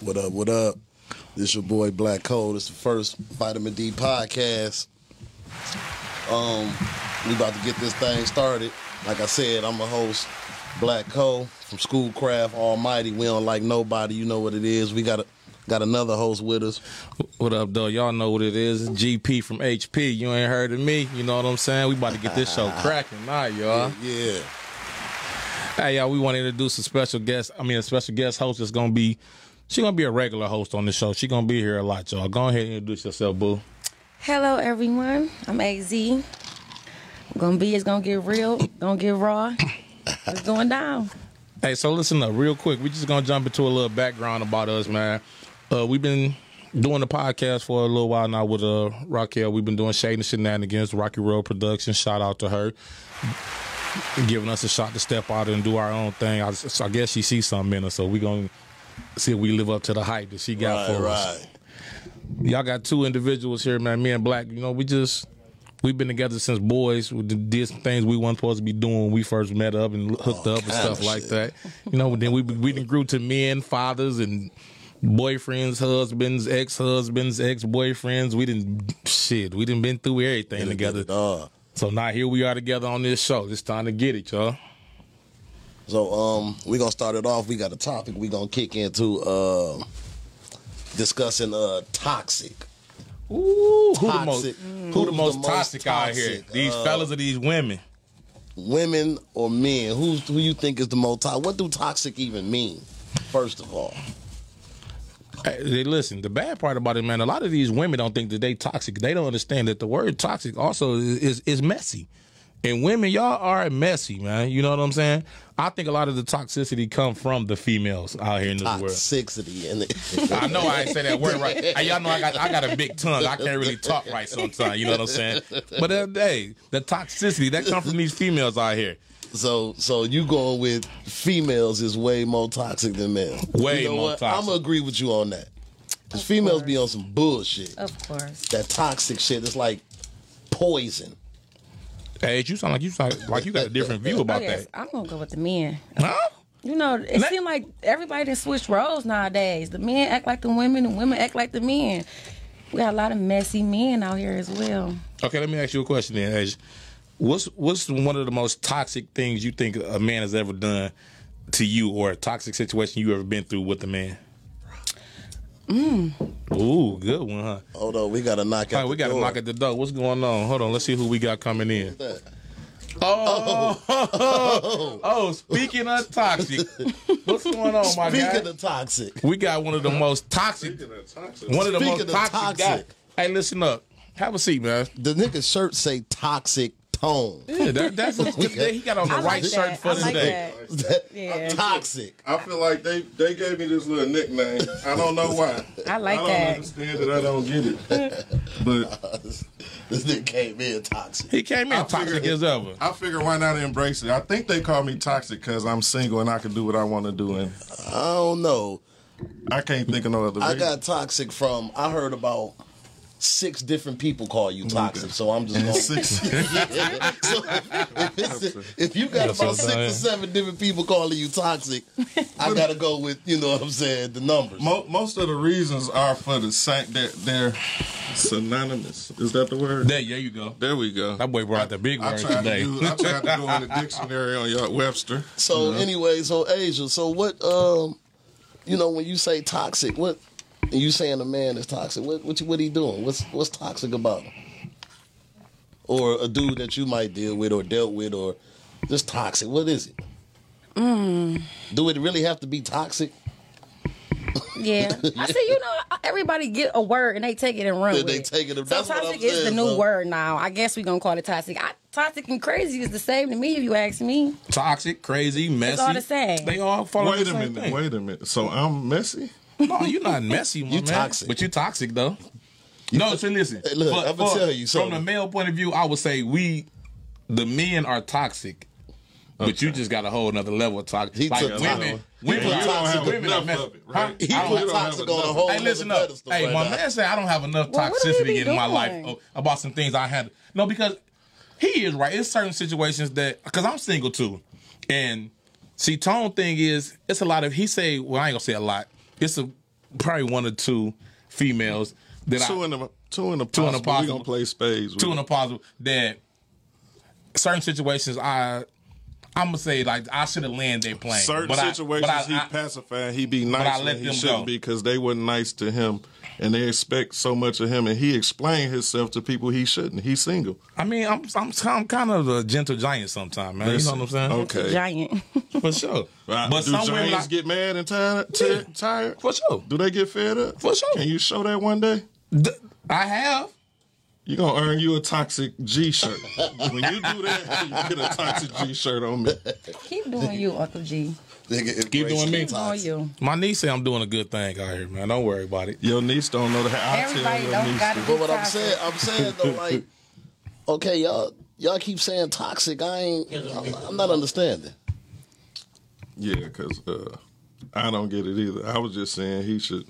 What up? What up? This your boy Black Cold. It's the first Vitamin D podcast. Um, we about to get this thing started. Like I said, I'm a host, Black Cole from Schoolcraft Almighty. We don't like nobody. You know what it is. We got a, got another host with us. What up, though? Y'all know what it is. It's GP from HP. You ain't heard of me. You know what I'm saying? We about to get this show cracking. All right, y'all. Yeah. Hey, y'all, we want to introduce a special guest. I mean, a special guest host that's going to be, she going to be a regular host on the show. She going to be here a lot, y'all. Go ahead and introduce yourself, boo. Hello, everyone. I'm AZ. Gonna be, it's gonna get real, gonna get raw. It's going down. Hey, so listen up real quick. we just going to jump into a little background about us, man. Uh, we've been doing the podcast for a little while now with uh, Raquel. We've been doing Shade and Shenanigans, Rocky Road Productions. Shout out to her. giving us a shot to step out and do our own thing. I, so I guess she sees something in us, so we're going to see if we live up to the hype that she got Right, for us. right. Y'all got two individuals here, man, me and Black. You know, we just, we've been together since boys. We did did some things we weren't supposed to be doing when we first met up and hooked up and kinda stuff like Oh, shit. that. You know, then we, we done grew to men, fathers, and boyfriends, husbands, ex-husbands, ex-boyfriends. We didn't, shit, we done been through everything together. Uh, So now here we are together on this show. It's time to get it, y'all. So um, we're gonna start it off. We got a topic we're gonna kick into uh, discussing uh, toxic. Ooh, who the most, Toxic. who the most toxic, out here? toxic? These Uh, fellas or these women? Women or men? Who who you think is the most toxic? What do toxic even mean? First of all, Hey, they- listen, the bad part about it, man, a lot of these women don't think that they toxic. They don't understand that the word toxic also is is, is messy. And women, y'all are messy, man. You know what I'm saying? I think a lot of the toxicity come from the females out here in this world. toxicity and I know I ain't say that word right. Hey, y'all know I got I got a big tongue. I can't really talk right sometimes. You know what I'm saying? But uh, hey, the toxicity that comes from these females out here. so so you going with females is way more toxic than men. Way you know more what? toxic. I'm gonna agree with you on that. Cause females be on some bullshit. Of course. That toxic shit is like poison. Hey, you sound like you sound like you got a different view Oh, about yes, that. I'm gonna go with the men. Huh? You know, it Let- seems like everybody done switched roles nowadays. The men act like the women, and women act like the men. We got a lot of messy men out here as well. Okay, let me ask you a question then. Ash. What's what's one of the most toxic things you think a man has ever done to you, or a toxic situation you ever been through with a man? Mm. Ooh, good one, huh? Hold on, we gotta knock All out. right, we the got to door. knock at the door. What's going on? Hold on, let's see who we got coming in. Oh, oh, speaking of toxic, what's going on, my guy? Speaking of toxic, we got one of the most toxic, one of the Speaking most of toxic, toxic. guys. Hey, listen up. Have a seat, man. the nigga's shirt say toxic tone. Yeah, that, that's he got on the I right like shirt that. for I the like day. that. Yeah. toxic. I feel like they, they gave me this little nickname. I don't know why. I like I don't that. understand it. I don't get it. But This nigga came in toxic. He came in I toxic figured- as ever. I figure why not embrace it? I think they call me toxic because I'm single and I can do what I want to do. And I don't know. I can't think of no other I reason. got toxic from I heard about six different people call you toxic, so I'm just And going. six- so if, it's- if you got That's what about I'm six or saying. seven different people calling you toxic, I gotta go with you know what I'm saying the numbers. Mo- most of the reasons are for the same. They're, they're synonymous. Is that the word? There, there you go. There we go. That boy brought the big I word tried, to today. do, I tried to go in the dictionary on your Webster. So anyway, so Asia, so what um you know when you say toxic, what you saying a man is toxic, what what you- what he doing? What's what's toxic about him? Or a dude that you might deal with or dealt with or just toxic. What is it? Do it really have to be toxic? Yeah, I see. You know, everybody get a word and they take it and run They- with they it. take it and- So that's what I'm toxic is the saying, new so- word now. I guess we gonna call it toxic. I, toxic and crazy is the same to me, if you ask me. Toxic, crazy, messy. all the same. They all follow Wait the a same minute. thing. Wait a minute. So I'm messy. No, you're not messy, my You man. toxic. But you toxic though. no, so listen. Hey, look, I'ma tell you From something. the male point of view, I would say we, the men, are toxic. But you just got a whole another level of toxic. He Like took women, toxic. women, He put are- toxic women are enough messy. of it, right? Huh? He I don't- put don't have toxic on a enough. whole Hey, nother listen up. pedestal Hey, right my now. man said I don't have enough Well, what do we toxicity be in my life doing? oh, about some things I had. No, because he is right. It's certain situations that because I'm single too, and see, tone thing is it's a lot of he say. Well, I ain't gonna say a lot. It's a probably one or two females that Two I in the two in the Two in the possible. We possible. gonna play spades. two in a positive that certain situations I I'm gonna say like I should have landed that plane. Certain but I- but situations I- he I- pacified, he be I nice, let and he them shouldn't go. be because they wasn't nice to him, and they expect so much of him, and he explained himself to people he shouldn't. He's single. I mean, I'm, I'm I'm kind of a gentle giant sometimes, man. You know what I'm saying? Okay. Giant. For sure. Right. Uh-huh. But do some women, James I- get mad and tired? ti- Yeah. Tired? for sure. Do they get fed up? For sure. Can you show that one day? D- I have. You gonna earn you a toxic G shirt. when you do that, you get a toxic G shirt on me. Keep doing you, Uncle G. Nigga, Keep doing me. embrace Keep doing toxic. you. My niece said I'm doing a good thing out here, man. Don't worry about it. Your niece don't know that. I Everybody tell your don't niece gotta that. But what I'm saying, I'm saying though, like, okay, y'all, y'all keep saying toxic. I ain't, I'm, I'm not understanding. Yeah, because uh, I don't get it either. I was just saying he should.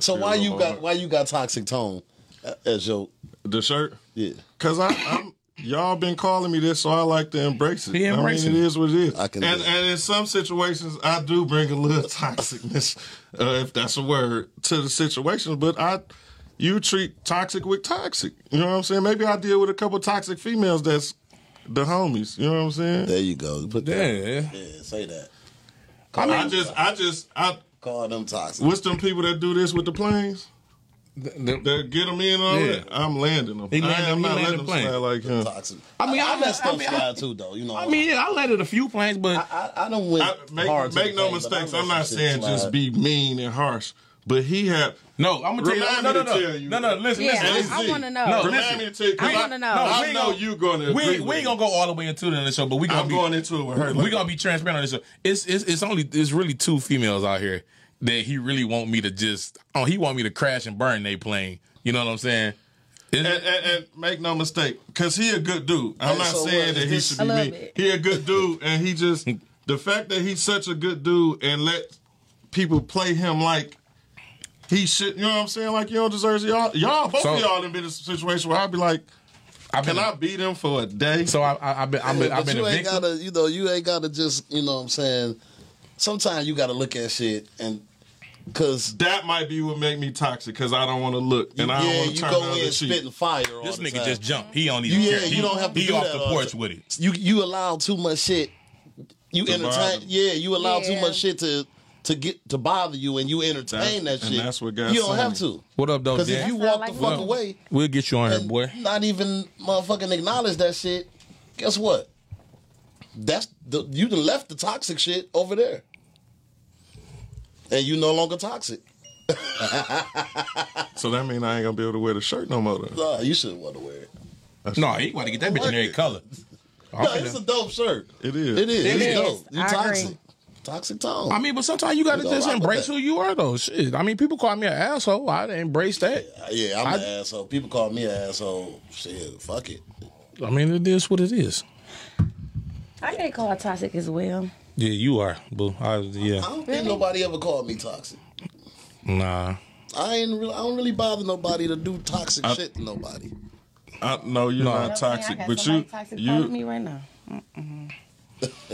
So why Yeah, you I'm got hard. why you got toxic tone uh, as your The shirt? yeah? Cause I, I'm y'all been calling me this, so I like to embrace it. He I embracing mean, it. it is what it is. I can and, do it. and in some situations, I do bring a little toxicness, uh, if that's a word, to the situation. But I, you treat toxic with toxic. You know what I'm saying? Maybe I deal with a couple toxic females that's the homies. You know what I'm saying? There you go. Put Yeah, that. yeah. Yeah, say that. I, just, I just, I. Call them toxic. What's them people that do this with the planes? Th- th- That get them in on Yeah. it. I'm landing them. He landed- I, am he not landed letting the them plane. slide like him. Toxic. I mean, I- I let I stuff mean, I- slide too, though. You know, I mean, yeah, I landed a few planes, but I, I don't win. I, hard make to the make no thing, but I mistakes. let I'm not some saying shit just slide. be mean and harsh, but he had. no, I'm gonna tell you. No, Remind me no, to no, tell you. no, no. Listen, Yeah, listen, Jay-Z. listen. I want to know. No, Remind listen. me to tell you, 'cause I wanna know. No, I we know gonna- you gonna. we agree ain't- we with ain't me. gonna go all the way into it on the show, but we gonna I'm be, going into it with her. we gonna be transparent on this show. It's, it's it's only it's really two females out here that he really want me to just oh he want me to crash and burn they plane. You know what I'm saying? It's- And, and, and make no mistake, cause he a good dude. I'm And not so saying what? that he This- should I be love mean. it. He a good dude, and he just the fact that he's such a good dude and let people play him like he should. You know what I'm saying? Like you don't deserve y'all. Y'all both So- of y'all done been in a situation where I'd be like, I've can been, I beat him for a day? so I, I, I've been I've been, Yeah, I've but been you a ain't victim. gotta, you know, you ain't gotta just, you know, what I'm saying. Sometimes you gotta look at shit and because that might be what make me toxic because I don't want to look and I don't yeah, want to you turn go the in other cheek. spitting fire. All This the nigga time. just jumped. He don't even You, yeah, care. you he, don't have to He do off that the all the porch time. with it. you you allow too much shit. You To entertain, bother. yeah, you allow Yeah. too much shit to to get to bother you, and you entertain That's- that and shit. that's what got you don't Sonny. have to. What up, though, Because Dad? if you That's walk not the like fuck me. away, We'll get you on here, and boy. not even motherfucking acknowledge that shit. Guess what? That's the, you done left the toxic shit over there, and you no longer toxic. So that mean I ain't gonna be able to wear the shirt no more. Though. Nah, you shouldn't want to wear it. No, he want to get that bitch in every color. No, it's a dope shirt. It is. It is. It it's is. dope. You I toxic. agree. Toxic tone. I mean, but sometimes you gotta You gonna just rock with embrace that. who you are, though. Shit. I mean, people call me an asshole. I embrace that. yeah, I'm I- an asshole. People call me an asshole. Shit, fuck it. I mean, it is what it is. I get called toxic as well. Yeah, you are, boo. I, I yeah, don't think nobody ever called me toxic. nah. I ain't. Really, I don't really bother nobody to do toxic shit to nobody. I, no, you're No. not toxic, but you toxic calling you me right now.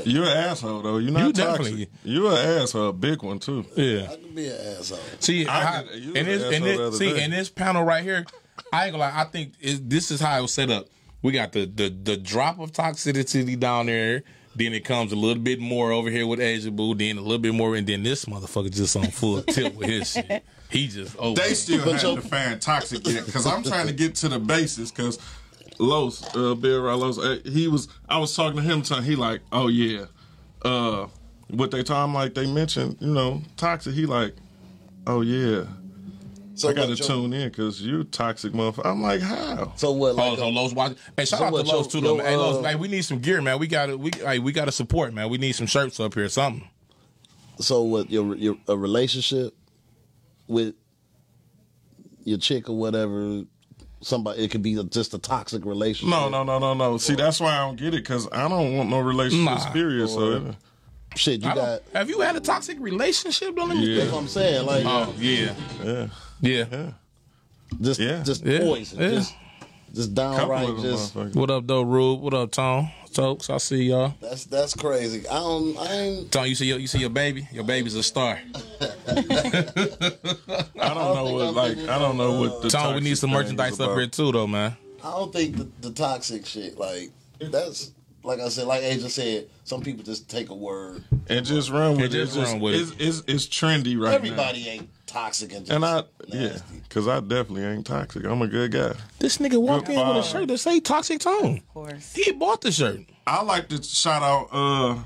you're an asshole though. You're not You toxic. definitely- You're an asshole, a big one too. Yeah. I can be an asshole. See, I I, could- you in was this, in an asshole the this, other see, day. in this panel right here, I ain't gonna lie. I think it, this is how it was set up. We got the, the the drop of toxicity down there. Then it comes a little bit more over here with Asia Boo. Then a little bit more, and then this motherfucker just on full tilt with his shit. He just oh, over. They still But haven't your- defined toxic yet because I'm trying to get to the basis because Los, uh, Bill Ray Los, uh, he was, I was talking to him, time he like, oh yeah, uh, what they told him, like they mentioned, you know, toxic, he like, oh yeah, So I gotta what, your- tune in because you toxic motherfucker. I'm like, how? So what? Oh, Like so a- Lowe's watch. Hey, shout So out to what, Lowe's too, your- though. your, Hey, uh, Lowe's, like we need some gear, man. We gotta, we, like, we gotta support, man. We need some shirts up here, something. so what? Your your a relationship with your chick or whatever. Somebody. It could be just a toxic relationship. No, no, no, no, no. See, that's why I don't get it because I don't want no relationship Nah. period. So, it- Shit, you I got. don't, have you had a toxic relationship, though? Let me- That's what yeah, I'm saying. Like Uh, Oh yeah, yeah, yeah. just yeah. just Yeah, poison. yeah. Just just couple downright of them just. motherfuckers. What up, though, Rube? What up, Tom? What's Stokes. I see y'all. That's that's crazy. I don't. I ain't. Tony, you see your you see your baby. Your baby's a star. I don't know what like I don't know what the Tony, we need toxic some thing merchandise is up about. here too, though, man. I don't think the, the toxic shit. Like that's like I said. Like Asia said, some people just take a word. and just run with it. just It's run with it. it's, It's, it's trendy right Everybody ain't toxic and just now. And I yeah, nasty. because I definitely ain't toxic. I'm a good guy. This nigga walked in with a vibe. shirt that say Toxic Tone. Of course. He bought the shirt. I like to shout out uh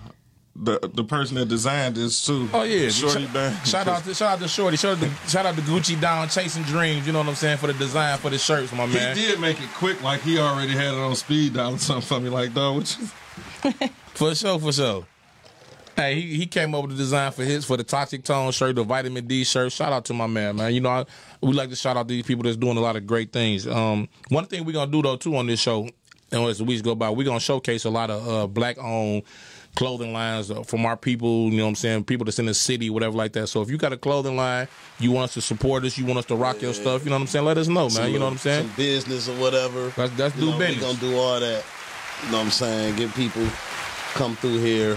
the the person that designed this too. Oh yeah, Shorty Sh- Bang. Shout out, to, shout out to Shorty. Shout out to, shout out to Gucci Down Chasing Dreams. You know what I'm saying for the design for the shirts, my He man. did make it quick, like he already had it on speed dial or something for me. Like, dog, what you? For sure, for sure. Hey, he, he came up with the design for his for the Toxic Tone shirt, the Vitamin D shirt. Shout out to my man, man. You know, I, we like to shout out these people that's doing a lot of great things. Um, one thing we're gonna do though too on this show, and as the weeks go by, we're gonna showcase a lot of uh, black owned clothing lines uh, from our people. You know what I'm saying? People that's in the city, whatever like that. So if you got a clothing line, you want us to support us, you want us to rock your stuff. You know what I'm saying? Let us know, man. You know what I'm saying? Some business or whatever. Let's- let's You do know, we business. gonna do all that. You know what I'm saying? Get people come through here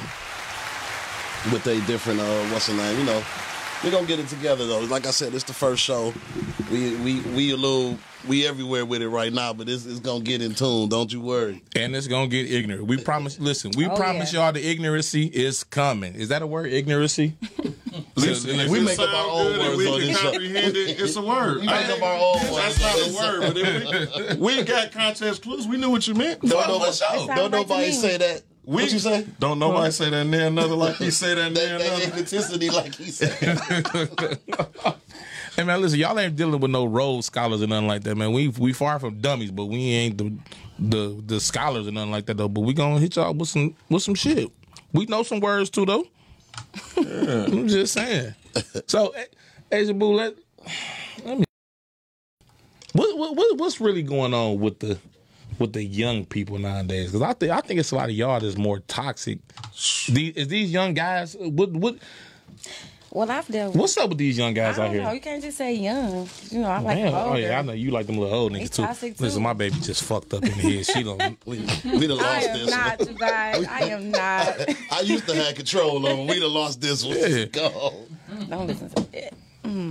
with their different uh what's the name? You know, we're gonna get it together though. Like I said, it's the first show. We we we a little we everywhere with it right now, but it's, it's gonna get in tune. Don't you worry. And it's gonna get ignorant. We promise. Listen, we Oh, promise yeah. y'all the ignorancy is coming. Is that a word? Ignorancy. Listen, if we it make up our sound own good and words we on can this show. comprehend it, it's a word. We make I- up our own That's not words. a word, but if we, we got contest clues. We knew what you meant. Don't, nobody- sounds don't right to nobody me. say that. We, what you say? Don't nobody say that near another like he say that uh, near That, that another. authenticity, like he said. Hey man, listen, y'all ain't dealing with no Rhodes scholars or nothing like that, man. We we far from dummies, but we ain't the the the scholars or nothing like that though. But we gonna hit y'all with some with some shit. We know some words too though. I'm just saying. So, A- Asia Boo, let let me. What, what what what's really going on with the with the young people nowadays? Because I think I think it's a lot of y'all that's more toxic. These, is these young guys? What what Well, I've dealt with. what's up with these young I guys out don't here? know. You can't just say young. You know, I like Damn. older. Oh yeah, I know you like them little old They niggas too. toxic, too. Listen, my baby just fucked up in here. She don't. we, we done I lost am this. one. not, you guys. I am not. I used to have control over. We'd have lost this one. Yeah. Go. Don't listen to that.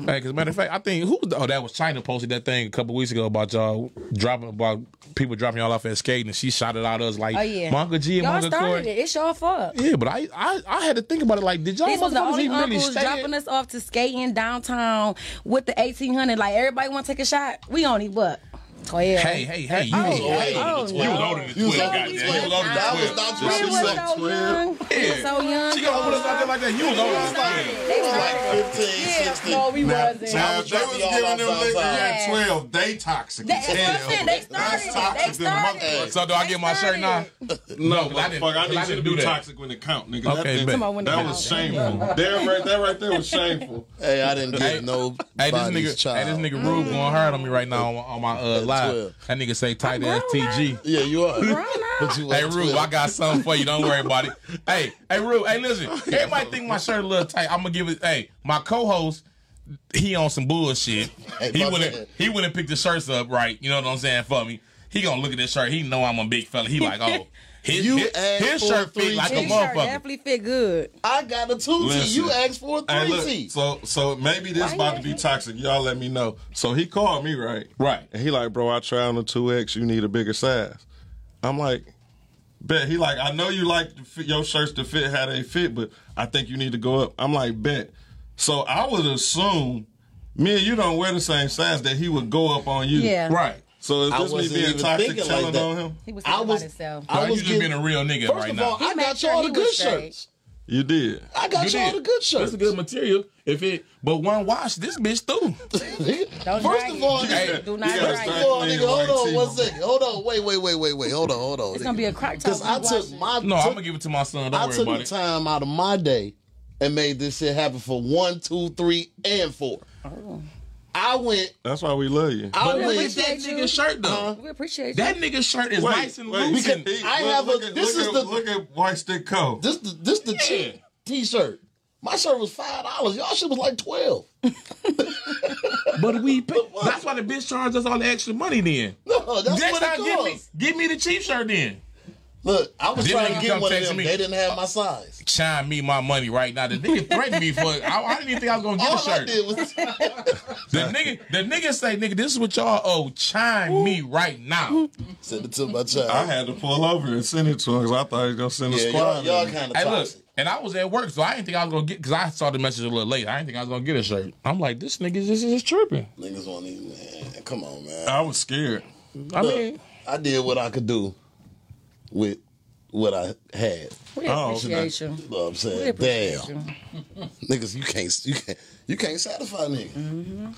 Hey, cause matter of fact, I think who? was the- Oh, that was China posted that thing a couple weeks ago about y'all dropping about people dropping y'all off at skating, and she shouted out us like, Oh yeah. my Uncle G and my Y'all Uncle started Corey." it. It's your fault. Yeah, but I, I I had to think about it. Like, did y'all These was the motherfuckers only even really uncles stay? dropping us off to skating downtown with the eighteen hundred. Like everybody want to take a shot. We only what twelve. Hey, hey, hey! You Oh, was old. hey, oh, You was no. older than You was 12, older than goddamn. You was 12. older than 12. That was not We was so 12. young. We was so young. She got with us out there like that. You was older than twelve. Started it. They started Like it. 15, Yeah, 16. no, we wasn't. Now, if they was giving them liquor at Yeah. 12, they toxic. That- That's as what I'm saying. hell. They started it. They toxic than a started motherfucker. it. So do I get my shirt now? No, but I didn't- motherfucker, I, but I need you to didn't do be that. toxic when it count, nigga. That, Okay, thing- bet. Come on, when it that count. was shameful. Damn, right, that right there was shameful. Hey, I didn't Hey, get no Hey, this body's nigga, hey, this child. nigga Mm. Rube going hard on me right now on, on my uh, live. 12. That nigga say tight ass grown now. TG. Yeah, you are. But you Hey was Rube, 12. I got something for you. Don't worry about it. Hey, hey Rube, hey listen. Everybody think my shirt a little tight. I'm gonna give it. Hey, my co-host, he on some bullshit. Hey, He my wouldn't. man. He wouldn't pick the shirts up right. You know what I'm saying for me. He gonna look at this shirt. He know I'm a big fella. He like, oh, his, You his, asked his for shirt three fit like a His shirt motherfucker. definitely fit good. I got a two T. Listen. You asked for a Hey, three T. look, so so maybe this about to be toxic. Y'all let me know. So he called me, right? Right. And he like, bro, I tried on a 2X. You need a bigger size. I'm like, bet. He like, I know you like to fit your shirts to fit how they fit, but I think you need to go up. I'm like, bet. So I would assume me and you don't wear the same size that he would go up on you. Yeah. Right. So is I this me wasn't being even toxic thinking like telling that. on him? He was I thinking about was- himself. I Bro, you was just getting- been a real nigga First right of now. all, I made got sure y'all he the good was straight. shirts. You did. I got You y'all did. the good shirts. That's a good material. If it, but one wash, this bitch through. Don't First drag of it. all, Hey, nigga, do not you first gotta of start drag it. all, cleaning nigga, white hold on teeth, one my second. Hold on, wait, wait, wait, wait, wait. Hold on, hold on. It's gonna be a crop top. because I We took wash it. my No, I'm took gonna give it to my son. Don't I worry took about the it. time out of my day and made this shit happen for one, two, three, and four. I went. That's why we love you. I But went. it's that appreciate nigga's you. shirt though. Uh-huh. We appreciate That you. nigga's shirt is nice and wait, loose. can- and- Because I look- have a- look at- this look is at- the- look at White Stick Co. This the this the chick t-shirt. My shirt was five dollars. Y'all shit was like twelve. but we pay. That's why the bitch charged us all the extra money then. No, that's Next what it time, give me costs. give me the cheap shirt then. Look, I was Them trying niggas to get come one of text them. me. Uh, They didn't have my size. Chime me my money right now. The nigga threatened me for. I, I didn't even think I was gonna get All a I shirt. did was The nigga, the nigga say, nigga, this is what y'all owe. Chime me right now. send it to my I child. had to pull over and send it to him because I thought he was gonna send a Yeah, squad. y'all, y'all in. kind of Hey, look, toxic. and I was at work, so I didn't think I was gonna get because I saw the message a little late. I didn't think I was gonna get a shirt. I'm like, this nigga, this is just tripping. Niggas want these, man. Come on, man. Uh, I was scared. I Look, mean, I did what I could do with what I had. We Oh, okay. appreciate you. You know what I'm We saying? appreciate Damn, you. niggas, you can't, you can't, you can't satisfy niggas. Mm-hmm.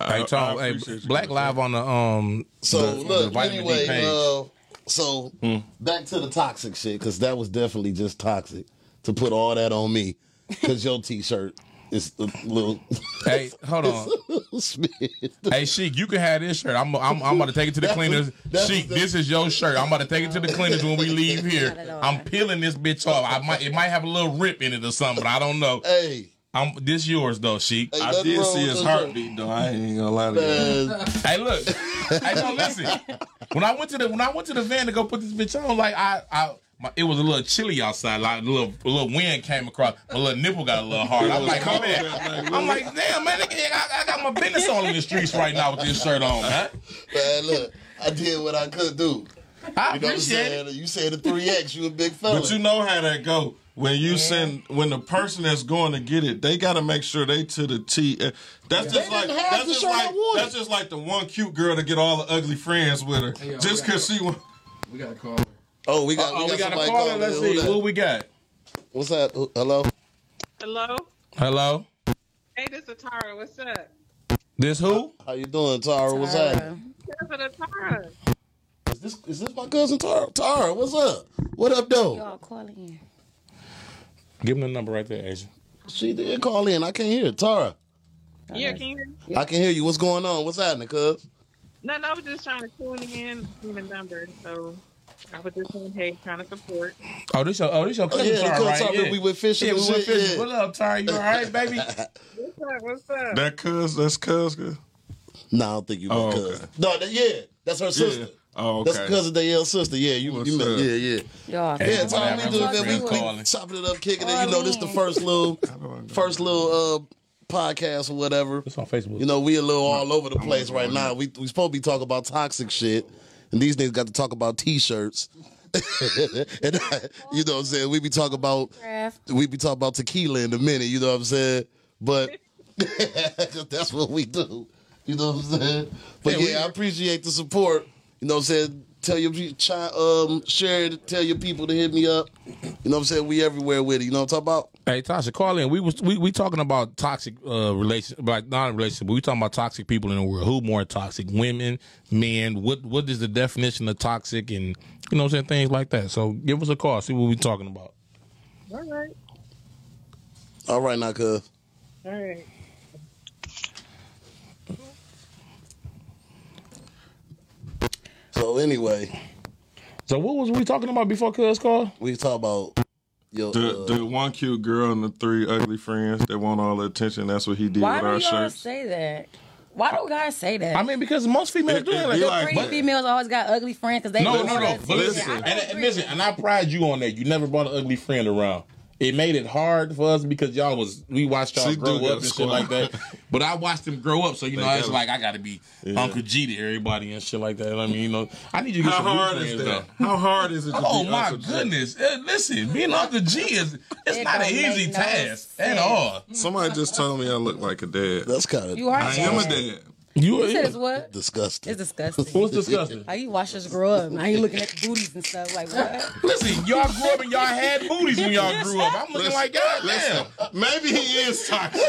I- hey, Tom, I hey, appreciate you. Black Live on the um. So the- the look, Vitamin D anyway, page. uh, so back to the toxic shit because that was definitely just toxic to put all that on me because your t-shirt is a little hey, hold on. Smith. Hey, Sheik, you can have this shirt. I'm, I'm, I'm about to take it to the That's cleaners. what- that's Sheik, what- this is your shirt. I'm about to take it to the cleaners when we leave here. Not at all. I'm peeling this bitch off. I might, it might have a little rip in it or something, but I don't know. Hey, I'm this yours though, Sheik. Hey. I nothing did wrong see with his those heartbeat though. I ain't gonna lie to you. man, Hey, look. hey, no, listen. When I went to the when I went to the van to go put this bitch on, like I, I. My, it was a little chilly outside. Like a little, a little wind came across. My little nipple got a little hard. I'm like, cold man. that night, I'm like, damn, man. I, I got my business on in the streets right now with this shirt on, man. man, look, I did what I could do. I You know what I'm appreciate it. saying? You said the three X, you a big fella. But you know how that go. When you send, when the person that's going to get it, they got to make sure they to the T. Uh, That's just like didn't have that's the just shirt I like wanted. that's just like the one cute girl to get all the ugly friends with her, yo, just we gotta cause she. wa- We got a call. oh, we got, Oh, we got, we got a somebody caller. calling Let's in. see. Who that? What we got? What's that? Who- Hello. Hello? Hello. Hey, this is Tara. What's up? This who? How you doing, Tara? What's Tara. happening? This is the Tara. Is this is this my cousin Tara? Tara, what's up? What up, though? Y'all call in. Give him the number right there, Asia. She did call in. I can't hear it. Tara. Yeah, can you? hear me? I can hear you. What's going on? What's happening, cuz? No, no, I was just trying to tune in, see the number. So I was just saying, hey, trying to support. Oh, this your oh this your cousin yeah, the Tara, cousin right? Tara, yeah. we went fishing Yeah, we and went shit, fishing. yeah. What up, Tara? You all right, baby? What's up? What's up? That cuz, that's cuz. cuz. No, I don't think you my Oh, cousin. okay. No, that, yeah, that's her sister. Yeah. Oh, okay. That's cousin Dale's sister. Yeah, you, What's you met. up? Yeah, yeah. Y'all. Hey, Yeah, that's That's all why we I do have is my that we, friend we calling. chopping it up, kicking it. You know, this the first little, first little uh podcast or whatever. It's on Facebook. You know, we a little all over the place right now. We we supposed to be talking about toxic shit, and these niggas got to talk about t-shirts. and you know what I'm saying? We be talking about Craft. we be talking about tequila in a minute, you know what I'm saying? But 'cause that's what we do. You know what I'm saying? But Yeah, yeah, we- I appreciate the support. You know what I'm saying? Tell your pe- chi- um share it, tell your people to hit me up. You know what I'm saying? We everywhere with it. You know what I'm talking about? Hey Tasha, call in. We was we, we talking about toxic uh relation like not relationship, but we talking about toxic people in the world. Who more toxic? Women, men, what what is the definition of toxic and you know what I'm saying, things like that. So give us a call, see what we talking about. All right. All right now, cuz. All right. So anyway, So what was we talking about before cuz call? we talk about your The, uh, the one cute girl and the three ugly friends that want all the attention. That's what he did Why with do our y'all shirts. say that? Why do guys say that? I mean because most females It- do it it be like that. like- Three but- females always got ugly friends because they No, don't no, no. want But us to- listen, I and, don't and agree. listen, and I pride you on that. You never brought an ugly friend around. It made it hard for us because y'all was we watched y'all She grow do got up a and shit squad. like that. But I watched them grow up, so you know got it's it. like I got to be Uncle G to everybody and shit like that. I mean, you know, I need you to get How some new hard is friends, that? though. How hard is it? To Oh be my Uncle Jack? goodness! Eh, listen, being Uncle G is it's It not an don't make easy no task at sense. all. Somebody just told me I look like a dad. that's kind of You are. I am a sad. dad. You You said it's what? disgusting. It's disgusting. what's disgusting? Like you watch us grow up. Now you looking at the booties and stuff. Like what? Listen, y'all grew up and y'all had booties when y'all grew up. I'm looking like God damn. Maybe he is toxic.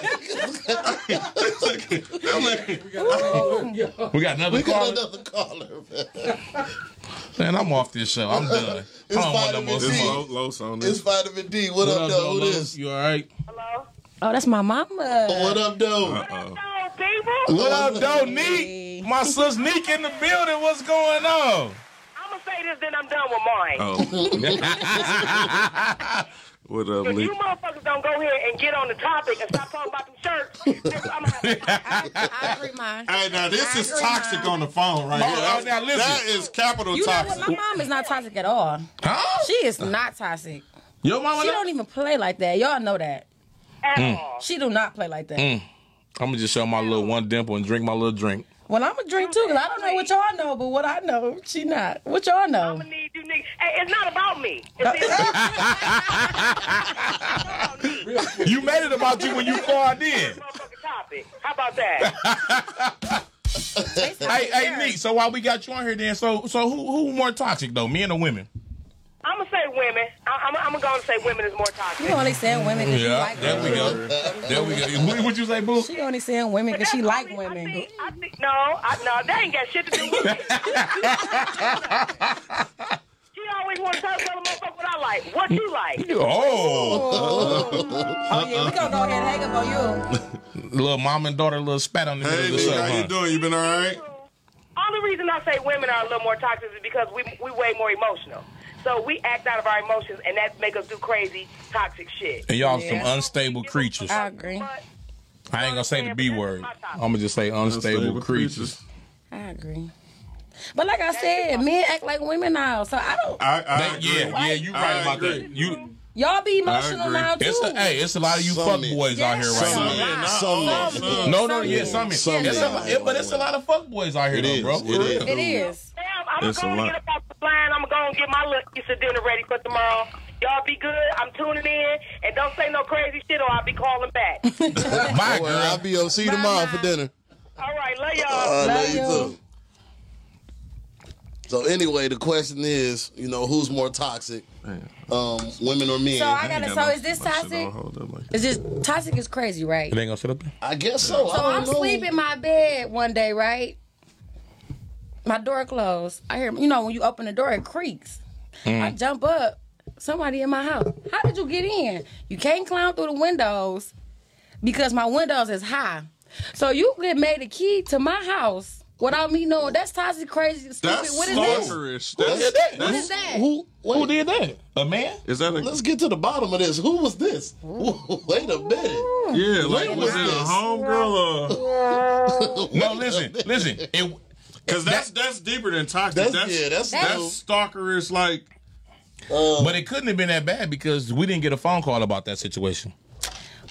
I'm like, We got another we got caller. another caller. man. Man, I'm off this show. I'm done. I It's don't want no vitamin more D. This See? smoke. low, Los on It's this. vitamin D. What, up, though? Who this? You all right? Hello? Oh, that's my mama. What up, though? Uh-oh. Hello, people. What up, though, Hey. Neek? My sis Neek in the building. What's going on? I'm going to say this, then I'm done with mine. Oh. What up, If Lee? you motherfuckers don't go here and get on the topic and stop talking about them shirts, nigga, I'm gonna have to I, I agree, mine. Hey, now this I is agree, toxic Mom. on the phone right here. oh, now listen. That is capital You know what? toxic. My mom is not toxic at all. Huh? She is not toxic. Your mama? She not- don't even play like that. Y'all know that. at all. She do not play like that. Mm. I'm gonna just show my little one dimple and drink my little drink. Well, I'm gonna drink too, cause I don't know what y'all know, but what I know, she not. What y'all I'm know? gonna need you niggas. Hey, it's not about me. It's, it's about me. You made it about you when you called in. Motherfucking topic. How about that? Hey, hey, Nick. So while we got you on here, then, so so who who more toxic though, men or women? I'm gonna say women. I, I'm, I'm gonna say women is more toxic. You only saying women because you like there women. we go. There we go. What would you say, Boo? She only saying women But because she that's like only- I women. think, I think, no, I, no, that ain't got shit to do with me. she always want to tell tell a motherfucker what I like, what you like. Oh, Oh yeah, we gonna go ahead and hang up on you. little mom and daughter, little spat on the Hey, head of the Lee, show. how you huh? doing? You been all right? Only reason I say women are a little more toxic is because we we way more emotional. So we act out of our emotions, and that make us do crazy, toxic shit. And y'all some Yeah. unstable creatures. I agree. But I ain't gonna say the B word. I'm gonna just say unstable creatures. I agree. But like I said, men act like women now, so I don't. I, I That- agree. yeah, yeah, you I right about agree. that. You, Y'all be emotional agree. now too. it's a, hey, it's a lot of you Some fuck men. boys out here right Some now. men. Yeah, not Some all, men. son. No, no, Some yeah, men. some men. Some It's a men. lot- it- but it's a lot of fuck boys out here, It though, is, bro. it is. it is. Damn, I'm It's a going to lot. get up off the line. I'm going to get my little piece of dinner ready for tomorrow. Y'all be good. I'm tuning in. And don't say no crazy shit or I'll be calling back. My Well, I'll girl. be up. See you tomorrow for dinner. All right, love y'all. I Love know you you. too. So anyway, the question is, you know, who's more toxic, um, women or men? So I I, gotta. ain't So got is my- this my shit toxic? on hold up like that. It's just toxic is crazy, right? It ain't gonna sit up there. guess so. I So don't I'm oh, know. sleeping in my bed one day, right? My door closed. I hear, you know, when you open the door, it creaks. I Mm. jump up. Somebody in my house. How did you get in? You can't climb through the windows because my windows is high. So you get made a key to my house without me knowing. That's toxic, crazy, stupid. That's what is that? slaughterish. That's, What is that? Who? Wait, Who did that? A man? is that a Let's get to the bottom of this. Who was this? Ooh, wait a minute. yeah? Like What was is it a this? homegirl or? No, listen, listen. It, Because that's that's deeper than toxic. That's, That's yeah. That's, Uh, that's stalkerish. Like but it couldn't have been that bad because we didn't get a phone call about that situation.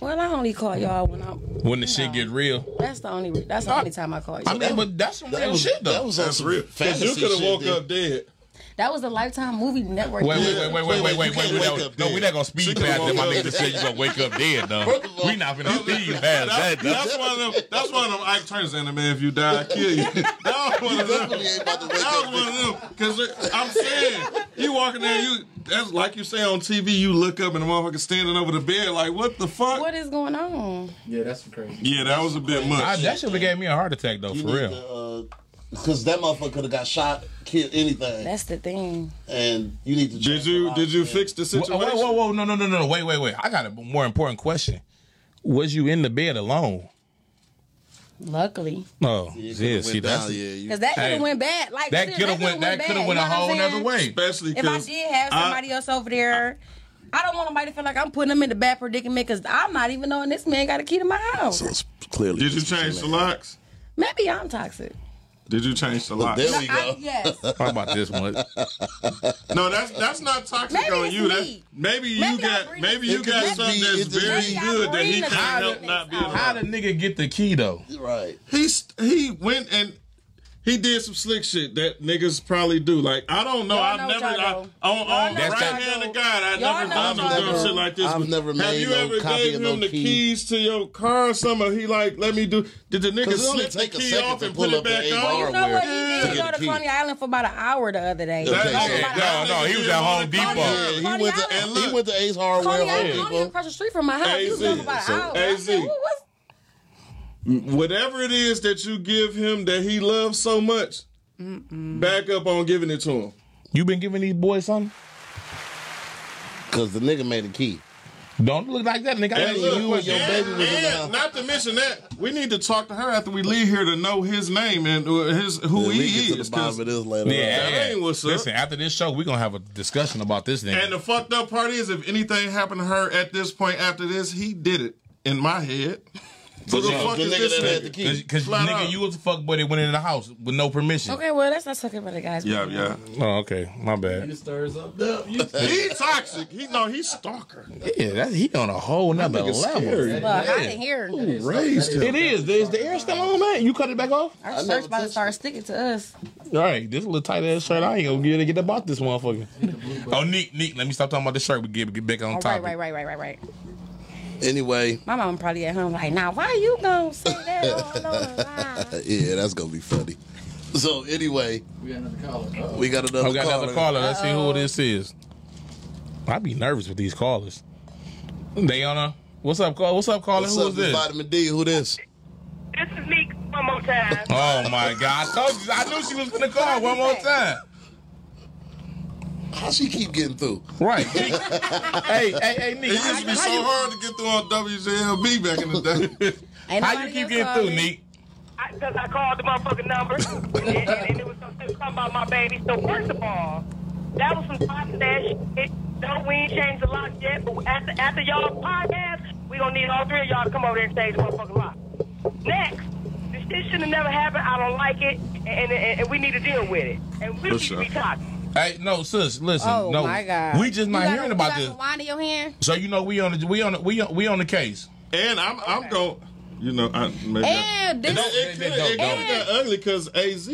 Well, I only call y'all when I'm. When the shit get real, That's the only. That's the only time I call you. I mean, but that's some that real was shit though. That was on that's some real. Because fantasy you could have shit, woke dude. up dead. that was a Lifetime Movie Network. Wait, wait, deal. wait, wait, wait, wait, wait, wait, wait. No, we're not gonna speed past that. My nigga said you gonna wake up dead, though. We not gonna speed past that, That's, though. that's one of them. That's one of them. Ike Turner's anime. If you die, I kill you. That was one of them. Definitely ain't about to wake That up. was one of them. Because I'm saying, you walking there, you that's like you say on TV. You look up and the motherfucker standing over the bed. Like what the fuck? What is going on? Yeah, that's some crazy. Yeah, that was a bit much. I, that shit gave me a heart attack though, for real. Because uh, that motherfucker could have got shot, killed, anything, That's the thing. and you need to. did you did you fix the situation? Whoa, Oh, whoa, whoa, whoa, no, no, no, no, wait, wait, wait. I got a more important question. Was you in the bed alone? Luckily. Oh, It yeah, could've see went that's down, yeah, you- Because that could Hey, have went bad. Like that shit, could have went that bad, could have you went know a what I'm whole saying? nother way. Especially If I because did have somebody else over there, I don't want nobody to feel like I'm putting them in the bad predicament because I'm not even knowing this man got a key to my house. clearly. did you change the locks? Maybe I'm toxic. Did you change the locks? There we I, go. yes. How about this one? No, that's that's not toxic Maybe on it's you. That me. maybe you Maybe I got breathe maybe it. you It got could just something be- it that's just- very Maybe I good that he breathe can't the help toxicness not be out. How around. the nigga get the key though? Right. He st- he went and he did some slick shit that niggas probably do. Like I don't know. Y'all I've know never what I, y'all on do. Y'all on know the what right y'all hand do. of God. I Y'all never know done no what y'all dumb do. shit like this. I've never Have made you no ever copy gave of him no the key. keys to your car? or something? He like let me do. Did the nigga 'Cause it'll slip the take a key second off to and pull put it up the back A bar. on? You know what? He Hardware. did Yeah. go to Coney Island for about an hour the other day. Okay, That- so- that No, no, nigga he was did at Home on the Depot. Coney Yeah, Island. he Coney went to Island. he went to Ace Hardware. Home Coney Island, Coney Island Depot. across the street from my house. You AZ. go for about an hour. I said, AZ. "Ooh, what's-" whatever it is that you give him that he loves so much, back up on giving it to him. You been giving these boys something? Cause the nigga made a key. Don't look like that, nigga. I Hey, ain't look, you and your yeah. baby. baby was in the house. and not to mention that we need to talk to her after we leave here to know his name and uh, his who we he get to is. the bottom 'cause- of this later. That Yeah, yeah. ain't what's up. Listen, after this show, we're gonna have a discussion about this nigga. And the fucked up part is, if anything happened to her at this point after this, he did it in my head. So the yeah, fuck the is nigga this that had nigga? the key. Cause, cause Flat nigga, out. you was a fuckboy that went in the house with no permission. Okay, well, that's not talking about it, guys. Yeah, yeah. Oh, okay, my bad. It stirs up. No, you He toxic. He no, he's stalker. Yeah, that, he on a whole nother nigga's level. scary. Well, I didn't hear. it. Raised him. It is. Is the air still on, man? You cut it back off? Our shirt's about to start sticking to us. Oh, All right, this little tight ass shirt, I ain't gonna get to get about this motherfucker. oh, Neek, Neek, let me stop talking about this shirt. We get get back on Oh, right, topic. right, right, right, right, right. Anyway, My mom probably at home like, now why you gonna say that on the line? uh, yeah, that's gonna be funny. So anyway, we got another caller. Uh-oh. we got another I Oh, got caller. another caller. Let's see who this is. I be nervous with these callers. They on a what's up, call? What's up, caller? What's who up, is this? Vitamin D. Who this? This is me one more time. Oh my god! I told you. I knew she was gonna call one more time. How she keep getting through? Right. hey, hey, hey, Neek. It used to be so hard to get through on WJLB back in the day. Ain't How you nobody keep else getting calling. through, Neek? Because I, called the motherfucking number, and, and, and it was something about my baby. So first of all, that was some toxic ass shit. No, we ain't changed the lock yet, but after, after y'all podcast, we gonna need all three of y'all to come over there and change the motherfucking lock. Next, this shit should have never happened. I don't like it, and, and, and we need to deal with it. And we For need sure. to be toxic. Hey, no, sis, listen. Oh no, my god. We just You not got a- hearing you about got this. some wine in your hand. So you know we on the we on the, we on, we on the case. And I'm I'm going. You know, I maybe. I- And this It, it, They- it, they don't, don't. got ugly because AZ.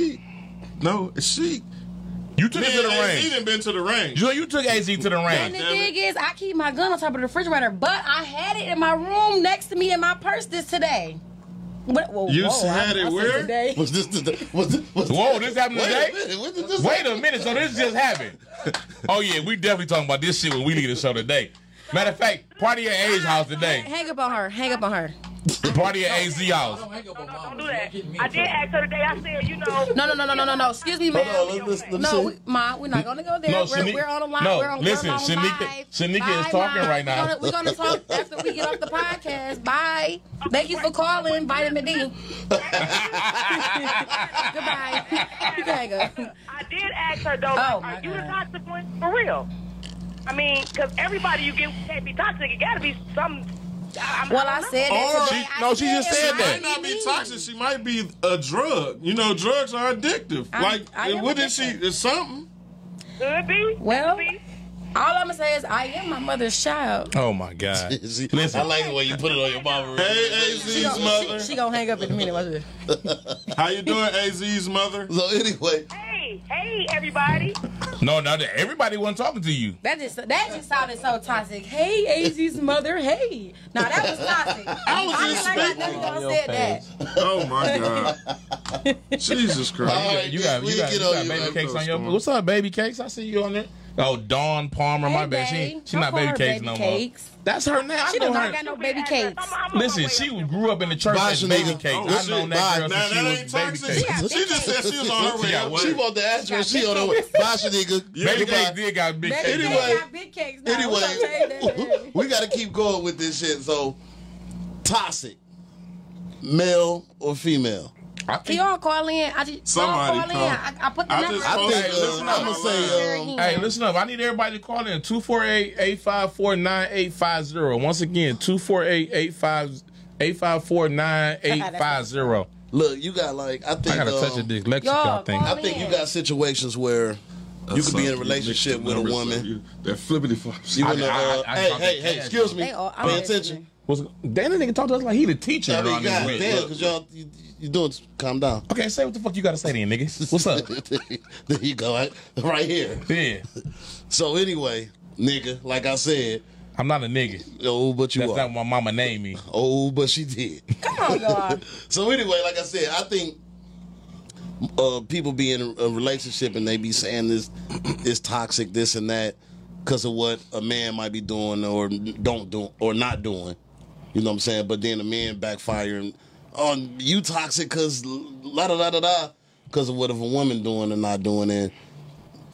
No, she. You took Man, it to the AZ range. done been to the range. You know, you took AZ to the And range. the Damn thing it. is, I keep my gun on top of the refrigerator, but I had it in my room next to me in my purse this today. What? Whoa, You whoa, had I, it I said where? Today. Was this today? Was this, was Whoa, this happened Wait today? a minute. When did this Wait a minute. So this just happened. Oh yeah, we definitely talking about this shit when we leave the show today. Matter of fact, party at A's house today. Hang up on her. Hang up on her. Party at AZ house. Don't hang up on Don't mama. do You're that. getting me in I did trouble. ask her today. I said, you know. No, no, no, no, no, no, no. Excuse me, Hold on, ma'am. let, us let me No, see. we, Ma, we're not gonna go there. No, we're, Shani- we're on the line. no, we're on, listen, we're on Shanika- live. Shanika Bye, is talking Ma. right now. We're gonna, we're gonna talk after we get off the podcast. Bye. Thank you for calling, Vitamin D. Goodbye. You can hang up. I did ask her though, Oh, like, my are you the God. toxic one for real? I mean, because everybody you get can't be toxic. It got to be some. I, I'm- Well, I don't know. said Or that she- today. I no, she just it said She might might that. not be me. toxic. She might be a drug. You know, drugs are addictive. I'm- like, I am what is she? addicted. It's something. Could be. Well, could be. All I'm gonna say is I am my mother's child. Oh my god. See, I Listen, like the way you put it on your mama. Hey, AZ's mother. She gonna hang up in a minute. Watch this. How you doing, AZ's mother? So anyway, hey, hey, everybody. no, no, everybody wasn't talking to you. That just that just sounded so toxic. Hey, AZ's mother. Hey, now that was toxic. I I feel was like I expecting- never gonna Your said that. face. Oh my god. Jesus All Christ. right, You got, we you can got, you get on got you, baby man. cakes on your. Storm. What's up, baby cakes? I see you on there. Oh, Dawn Palmer, my Hey, bad. She, babe. she not Don't call baby her cakes baby no cakes. more. That's her name. I She know does her. not got no baby cakes. I'm, I'm on Listen, my way she up. grew up in the church Bye, as Shanice. baby cakes. Oh, I shit. known that girl Now since she that was ain't baby toxic. cakes. Yeah, She just said she was on her way. Yeah, out. what? she want to ask you if she on her way. Got Bye, Shanika. Baby cakes Goodbye. did got big Baby cakes. Anyway. cakes got big cakes. Now, we gonna change that, Anyway, baby. we got to keep going with this shit. So, toxic, male or female? I Can think, y'all call in? I just Somebody y'all call, call. in. I, I put the I number. just I Oh, think hey, uh, listen up. I'm gonna There say. Um, again. hey, listen up. I need everybody to call in 248-854-9850. Once again, 248-854-9850. look, you got like I think I got to touch um, of dyslexia, I Y'all, think. I think you got situations where you could be in a relationship with a woman. That flippity flops. You I- in a, uh, I- I- I hey, thought hey, that hey! cash- Excuse me. They all- I'm Pay listening. attention. What's, damn, that nigga talk to us like he the teacher. I mean, around this God bitch. damn, because y'all you, you doing. Calm down. Okay, say what the fuck you gotta say then, nigga. What's up? there you go, right, right here. yeah, So anyway, nigga, like I said, I'm not a nigga. oh, but you That's are. not what my mama named me. oh, but she did. Come on, y'all. So anyway, like I said, I think uh, people be in a relationship and they be saying this is toxic, this and that, because of what a man might be doing or don't do or not doing. You know what I'm saying? But then the men backfire and oh, you toxic because la da da da da because of what if a woman doing or not doing. And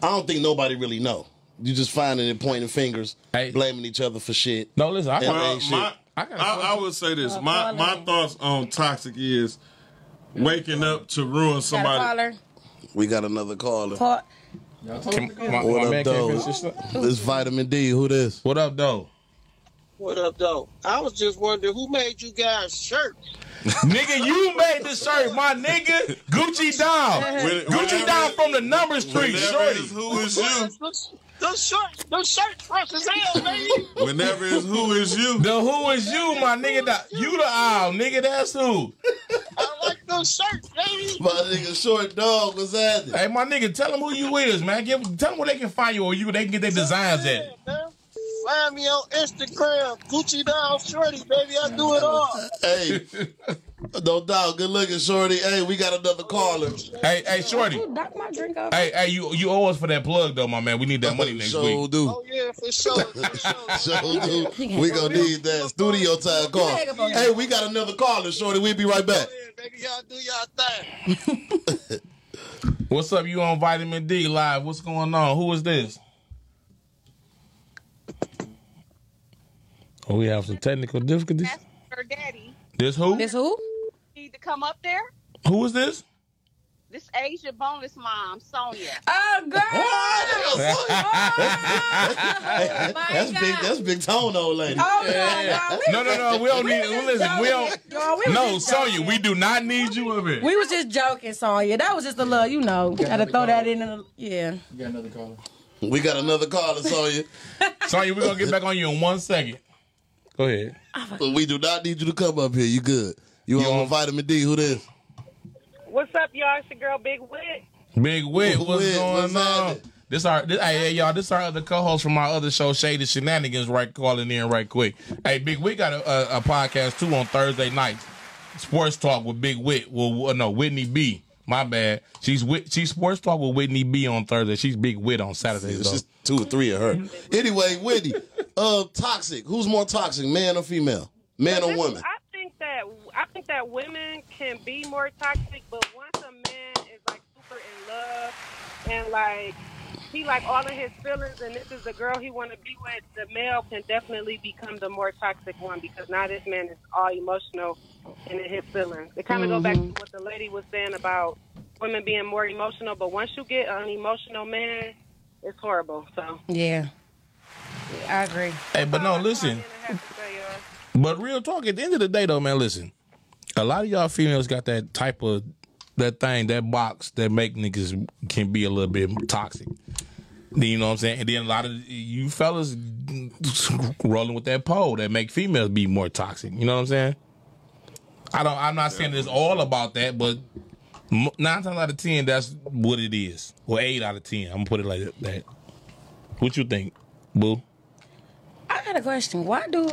I don't think nobody really know. you just finding it, pointing fingers, Hey. blaming each other for shit. No, listen. I, Well, Well, ain't shit. Uh, my, I I, got a I, question. would say this. Uh, My caller. my thoughts on toxic is waking up to ruin Got a somebody. caller. We got another caller. Call- Y'all told me to my, go. What my up, man though? can't finish his stuff. It's vitamin D. Who this? What up, though? What up, though? I was just wondering who made you guys shirt. nigga, you made the shirt, my nigga. Gucci down. When- Gucci whenever- down from the number street, whenever shorty. it's who is Well, you? Those, those shirts, those shirts fresh as hell, man. Whenever it's who is you? The who is you, my nigga? The, you the owl, nigga. That's who. I like those shirts, baby. My nigga, short dog was at it. Hey, my nigga, tell them who you is, man. Give, tell them where they can find you, or you they can get their designs at. Man, Find me on Instagram, Gucci Down Shorty, baby. I do it all. Hey, no doubt. Good looking, shorty. Hey, we got another caller. Hey, hey, shorty. Ooh, knock my drink off. Hey, hey, you you owe us for that plug though, my man. We need that money next Uh, so week. do. Oh yeah, for sure, for sure. So do. We gonna need that studio time call. Hey, we got another caller, shorty. We'll be right back. Yeah, baby, y'all do y'all thing. What's up? You on Vitamin D Live? What's going on? Who is this? Oh, we have some technical difficulties. Ask her daddy. This who? This who? Need to come up there. Who is this? This Asia bonus mom, Sonia. Oh, girl. Oh, my That's big. God. That's big tone, old lady. Oh, no, No, no, no. We don't need. Listen, we don't. Y'all, we No, was just joking. Sonya, we do not need you over here. We was just joking, Sonya. That was just a little, you know, gotta another throw that caller. in. A, yeah. You got another caller. We got another caller, Sonya. Sonya, we're gonna get back on you in one second. Go ahead. But we do not need you to come up here. You good? You, You on, on- vitamin D? Who this? What's up, y'all? It's your girl, Big Wit. Big Wit, Big what's Wit, going what's on? happening? This our this, hey, hey y'all, this our other co-host from our other show, Shady Shenanigans, right calling in right quick. Hey, Big Wit got a, a, a podcast too on Thursday nights. Sports Talk with Big Wit. Well, no, Whitney B. My bad. She's Whit, she's Sports Talk with Whitney B on Thursday. She's Big Wit on Saturdays. It's though. just two or three of her. Anyway, Wendy, uh, toxic. Who's more toxic, man or female? Man or woman? I think that I think that women can be more toxic, but once a man is like super in love and like he like all of his feelings, and this is the girl he want to be with, the male can definitely become the more toxic one because now this man is all emotional and in his feelings. It kind of go back to what the lady was saying about women being more emotional, but once you get an emotional man, it's horrible. So. Yeah. I agree. hey, but no, listen. I have to say, uh, y'all. But real talk, at the end of the day, though, man, listen. A lot of y'all females got that type of that thing, that box that make niggas can be a little bit toxic. You know what I'm saying? And then a lot of you fellas rolling with that pole that make females be more toxic. You know what I'm saying? I don't. I'm not saying it's all about that, but m- nine times out of ten, that's what it is. Or eight out of ten. I'm gonna put it like that. What you think, boo? I got a question. Why do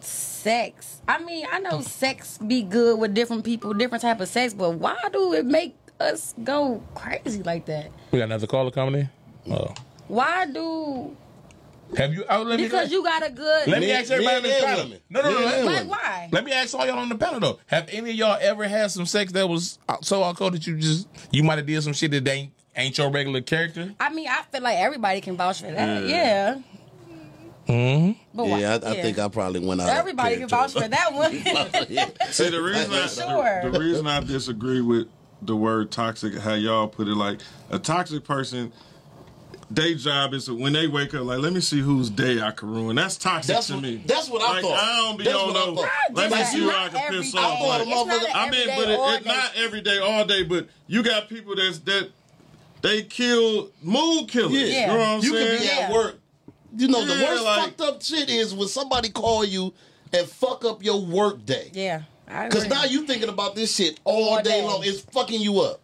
sex? I mean, I Oh. know sex be good with different people, different type of sex, but why do it make us go crazy like that? We got another caller coming in. Oh, Why do? have you? Oh, let me- Because you got a good. Let me Men- ask everybody men on this and panel. women. No, no, no. Men let- and like why? Let me ask all y'all on the panel though. Have any of y'all ever had some sex that was out- so out cold that you just you might have did some shit that ain't ain't your regular character? I mean, I feel like everybody can vouch for that. Yeah. Mm-hmm. But why? Yeah, I, I think I probably went out. of Oh, Everybody can vouch character. for that one. Yeah. See the reason I, Sure. the, the reason I disagree with the word toxic, how y'all put it, like a toxic person, day job is when they wake up, like let me see whose day I can ruin. That's toxic That's to what- me. that's what I like, thought. I don't be That's on what I those. thought. Let me Not see who I every can piss day. off. I thought a Like, motherfucker- It's not I an mean, everyday but it, all it day. not every day, all day. But you got people that's that they kill mood killers. Yeah. You know what I'm You saying? could be Yeah. at work. You know, the Yeah, worst like- fucked up shit is when somebody call you and fuck up your work day. yeah. I Cause agree. now you thinking about this shit all, All day, day. long. It's fucking you up.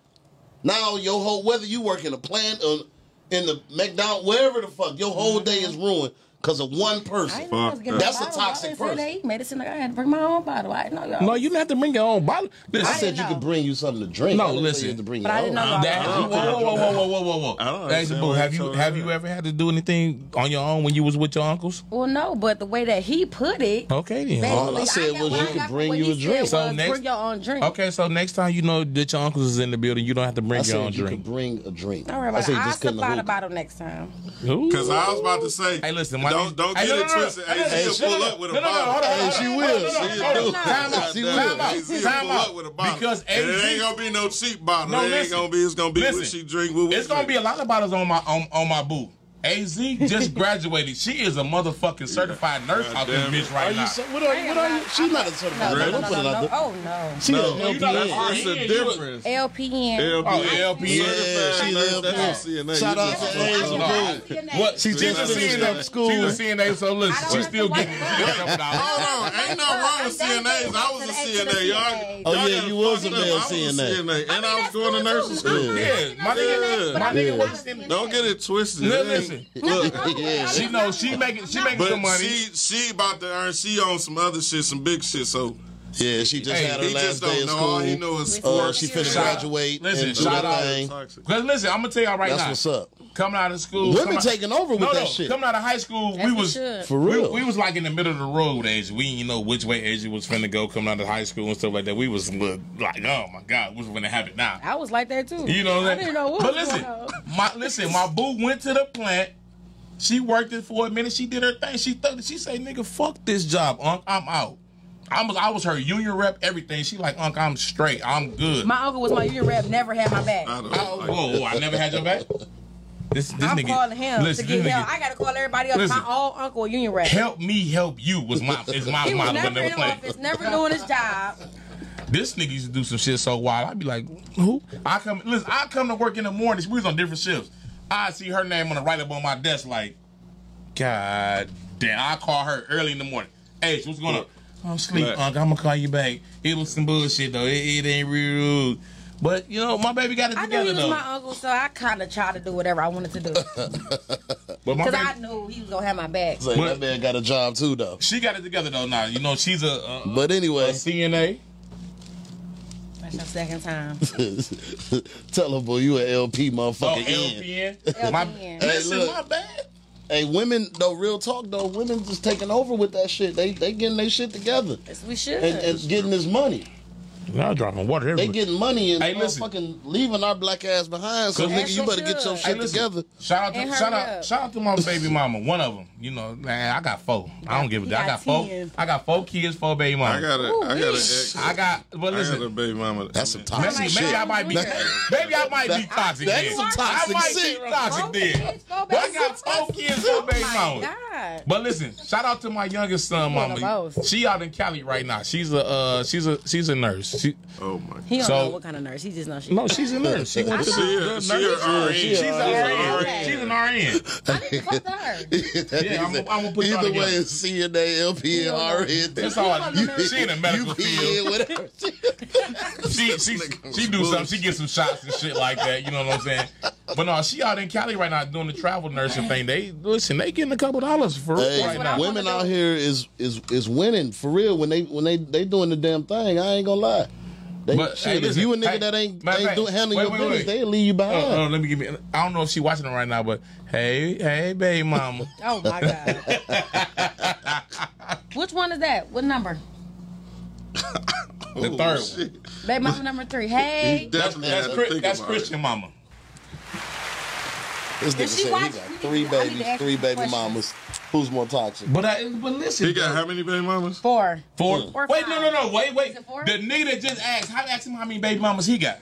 Now your whole whether you work in a plant or in the McDonald, wherever the fuck, your whole day is ruined because of one person. didn't know Mm-hmm. I was getting That's a toxic bottle. Y'all didn't say person. They medicine like I had to bring my own bottle. I didn't know y'all. No, you didn't have to bring your own bottle. I Listen, said you know. could bring you something to drink. I No, didn't say listen. You had to bring But your I didn't own. know about That, I whoa, don't whoa, whoa, whoa, whoa, whoa, whoa! I don't Thanks, understand Boo. why Have you you told have her you that. ever had to do anything on your own when you was with your uncles? Well, no, but the way that he put it. Okay then. basically, All I said got- was what you I could got from bring what you he a said drink. was Oh, So next- bring your own drink. Okay, so next time you know that your uncles is in the building, you don't have to bring I your own said you could bring drink. a drink. Don't worry I about said it. you I'll just couldn't supply the hold it. bottle next time. Because I was about to say, Hey, listen, why don't, don't hey, get no, no, it no, twisted. no, Hey, listen, she'll shut pull up. up with a No, no, no, hold on, bottle. hold on, Hey, hold she on, will. hold on, She hold on, will. hold on. Time out, She time will. out, She'll time pull out. up with a bottle. Because and it ain't AG gonna be no cheap bottle. No, it ain't listen. gonna be. It's gonna be what Listen. she drink. What we It's gonna be drink. a lot of bottles on my on, on my boo. Az just graduated. She is a motherfucking certified nurse God out this damn it. bitch right Are now. you? so- What are you? What are you? She's not a certified. No, nurse. no, Don't no, no, put it no, out no. there. Oh no. She No, an you not a LPN. It's a Yeah, you- difference. LPN. LPN. Oh, LPN. Certified Yeah, nurse, that's LPN. a CNA. Shout You out to just- Asia No, Boo. I- What? She's she's a just finished CNA. up school. She's a CNA. So listen, I she's don't still have to getting like that. them dollars. Oh, Hold on, ain't no wrong with CNAs. I was a CNA. Y'all, Oh, y'all yeah, got you was a fucked up. male I was a CNA. CNA, and mean, I, was that's going to cool, nursing too. school. Yeah, my nigga, Yeah. my Yeah. nigga works in. Don't get it twisted. No, It ain't- listen. Look, Yeah. She knows she making she making some but money. she she about to earn. She on some other shit, some big shit. So Yeah, she just Hey, had her he last just day don't of know. All he school. know is Uh, sports. she finished Shout out. graduate Listen, and do shout her out. thing. Toxic. Cause listen, I'm gonna tell y'all right That's now. what's up. Coming out of school, Women coming out- taking over with no, that no, shit. Coming out of high school, we was For we, real. we was like in the middle of the road age. We didn't know which way age was finna go coming out of high school and stuff like that. We was look, like, oh my god, what's finna happen now? I was like that too. You know what I I'm saying? didn't know what but was listen, going on. my listen, my boo went to the plant. She worked it for a minute. She did her thing. She thought she say, "Nigga, fuck this job, Unc. I'm out." I was I was her union rep. Everything. She like, "Unc, I'm straight. I'm good." My uncle was my union rep, never had my back. I don't Oh, like whoa, whoa, I never had your back. This, this I'm nigga, calling him listen, to get this help. nigga, I gotta call everybody else. Listen. my old uncle a union rep. help me help you was my is my He motto was when never they in were playing. office, never doing his job. This nigga used to do some shit so wild. I'd be like, who? I come listen, I come to work in the mornings. We was on different shifts. I see her name on the write up on my desk, like, God damn. I call her early in the morning. Hey, what's going on? I'm sleep, Right. Unc. I'm gonna call you back. It was some bullshit though. It, it ain't real. But you know, my baby got it I knew he together was though. my uncle, so I kind of tried to do whatever I wanted to do because but my I baby, knew he was gonna have my back. Say, that man got a job too, though. she got it together though. Now you know she's a, a But anyway, CNA. That's your second time. tell her, boy, you an LP Oh, motherfucker. in. LPN. My, LPN. listen, Hey, look. my bad. Hey, women, though, real talk, though, women just taking over with that shit. They they getting their shit together Yes, we should. and, and getting this money. Now dropping water They getting money and Hey, fucking listen. leaving our black ass behind. So, Cause nigga, you they better get your should. shit listen, together. Shout out, to, And hurry shout out, up. shout out to my baby mama. One of them, you know, man, I got four. I don't give a He damn. I got got four. 10. I got four kids, four baby I mama. got a, I got an ex. I got, but I got a listen, baby mama. That's some toxic maybe, shit. maybe I might be, That- maybe I might be that- toxic. that's then. some toxic I might shit be right toxic there. then. Four But I baby got mamas. four kids, four baby Oh my mama. God. But listen, shout out to my youngest son, One of mama. those. She out in Cali right now. She's a, uh, she's a, she's a nurse. She, Oh my. God. He don't So- know what kind of nurse. He just knows she. no, she's a nurse. She went to She, the, a- the she, nurse. a RN. She's She's a an RN. RN. She's an RN. I need to fuck her. Yeah, I'm- I'm gonna put y'all Either way, together. it's CNA, don't know. LPN, RN. That's all. I, she in the medical UPN, field. whatever. She she she do something. She get some shots and shit like that. You know what I'm saying? But no, she out in Cali right now doing the travel nursing thing. They listen. They getting a couple dollars for real Hey, right what I now. want. women wanna out do. here is is is winning for real when they when they they doing the damn thing. I ain't gonna lie. They, But, shit, hey, if listen, you a nigga hey, that ain't, matter of ain't fact, do, handling wait, your wait, business, wait. they'll leave you Oh, behind. oh, let me give me. I don't know if she watching it right now, but hey, hey, baby mama. Oh my God. Which one is that? What number? The third one. Baby mama number three. Hey. That's, Oh, Definitely that's, had to Chris- think that's about Christian mama. This nigga If she said he watch- got we three need to- I need to babies, ask three you a baby question. mamas. Who's more toxic? But I, but listen. It. He got how many baby mamas? Four. four. Or wait, five. no, no, no. Wait, wait. Is it four? The nigga that just asked, how ask him how many baby mamas he got.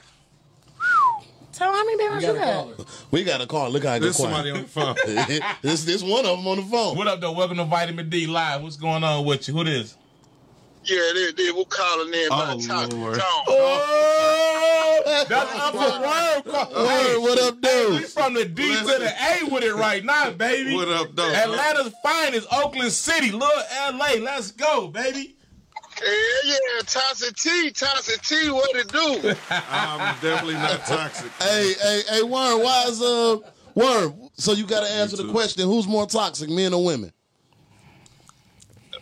Tell her how many baby mamas you got. We got a call. Look how I get There's quiet. somebody on the phone. this this one of them on the phone. What up, though? Welcome to Vitamin D Live. What's going on with you? Who this? Yeah, they, they were calling in by Oh, Toxic Lord. Tone. Oh, that's up for word. call. Word, what up, Hey, we dude? from the D to Listen. the A with it right now, baby. What up, though? Atlanta's finest, Oakland City, little LA. Let's go, baby. Yeah, yeah, Toxic T, Toxic T, what it do? I'm definitely not toxic. Hey, hey, hey, Worm, why is uh Worm? So you gotta answer the too. question, who's more toxic, men or women?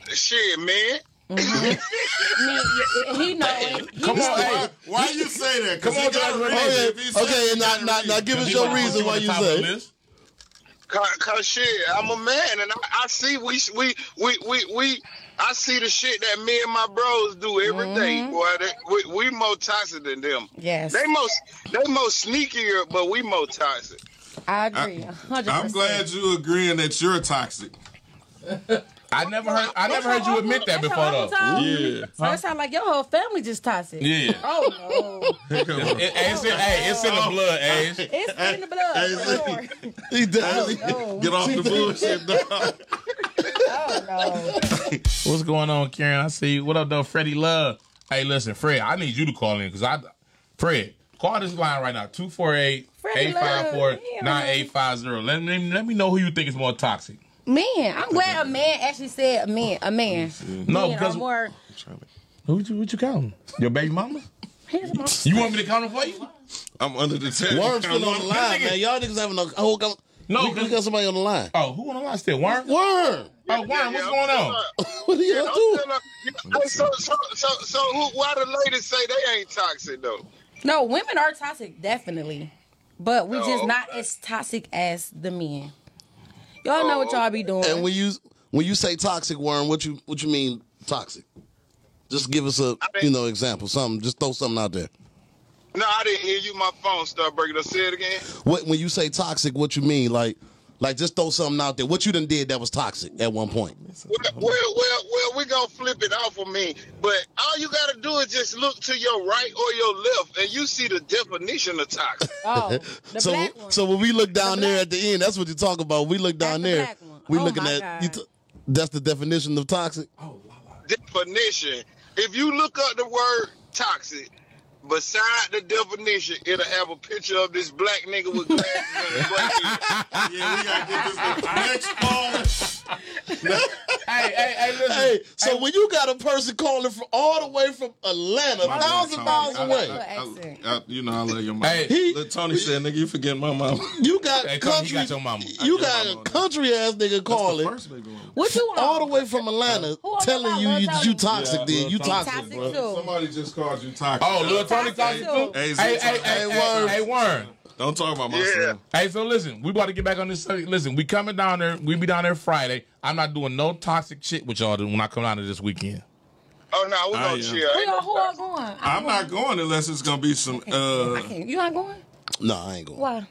Shit, man. Me- he know it. He Come know on, it. hey, Why you say that? Come on, Dr. Renee. Okay, okay, and now, now, now give us your reason why you say. Cause, Cause Oh, shit, I'm a man, and I, I see we we we we we. I see the shit that me and my bros do every day. boy. That, we, we more toxic than them. Yes, They most they most sneakier, but we more toxic. I agree. 100 I'm glad you agreeing that you're toxic. I never heard. I never heard you admit that before though. Yeah. So it sound like your whole family just toxic. Yeah. Oh no, It- it's in, hey, it's in the blood, Age. it's in the blood. Hey, for look. sure. He definitely. No, Get off the bullshit, dog. oh no. What's going on, Karen? I see you. What up, though, Freddie Love? Hey, listen, Fred, I need you to call in because I, Fred, call this line right now 248 854 9850. Let me let me know who you think is more toxic. Man, I'm glad a man actually said a man. A man. No, Men are because more. who you, what you counting? Your baby mama? Here's my- You want me to count it for you? I'm under the tent. Worm's still on the line, nigga- man. Y'all niggas having a whole. com- No, we, we got somebody on the line. Oh, who on the line still? Worm, Warren? Oh, Warren, what's Yeah, going I'm on? still what are a- y'all doing? I'm still a- Hey, so so so so who? Why the ladies say they ain't toxic though? No, women are toxic, definitely. But we just Oh, not as toxic as the men. Y'all know what y'all be doing. And when you when you say toxic worm, what you what you mean toxic? Just give us a you know example, something. Just throw something out there. No, I didn't hear you. My phone started breaking up. Say it again. What when you say toxic, what you mean? Like like just throw something out there. What you done did that was toxic at one point. Well, well, well, well, we gonna flip it off of me. But all you gotta do is just look to your right or your left, and you see the definition of toxic. oh, the so black one. so when we look down The there black- at the end, that's what you talk about. We look down the there. black one. We Oh looking my at you God. Oh. t- that's the definition of toxic. definition. If you look up the word toxic, beside the definition, it'll have a picture of this black nigga with glasses and a black hair. Yeah, we gotta get this the next phone. Hey, hey, hey, listen. Hey, so when you got a person calling from all the way from Atlanta, a thousand miles I- I- away, I- I- Accent. I- You know I love your mama. Hey. He- Look, Tony said, "Nigga, you forget my mama." you got Hey, come, country. you got your mama. You I got got my a mama. country ass nigga That's the calling first baby mama. what you want? all the way from Atlanta, Who on telling your you mama you, told you you? toxic. Yeah, then Lil you Tony. toxic. toxic bro. too. Somebody just called you toxic. Oh, Lil Tony toxic Toxic too? too. Hey, hey, Hey, Z- hey, hey, hey, hey, Warren. Don't talk about my Yeah. son. Hey, so listen, we about to get back on this. subject. Listen, we coming down there. We be down there Friday. I'm not doing no toxic shit with y'all when I come down there this weekend. Oh no, we I gonna am. chill. Who y'all Ain't no who are going? I'm not going unless it's gonna be some. uh Okay, You not going? No, I ain't going Why?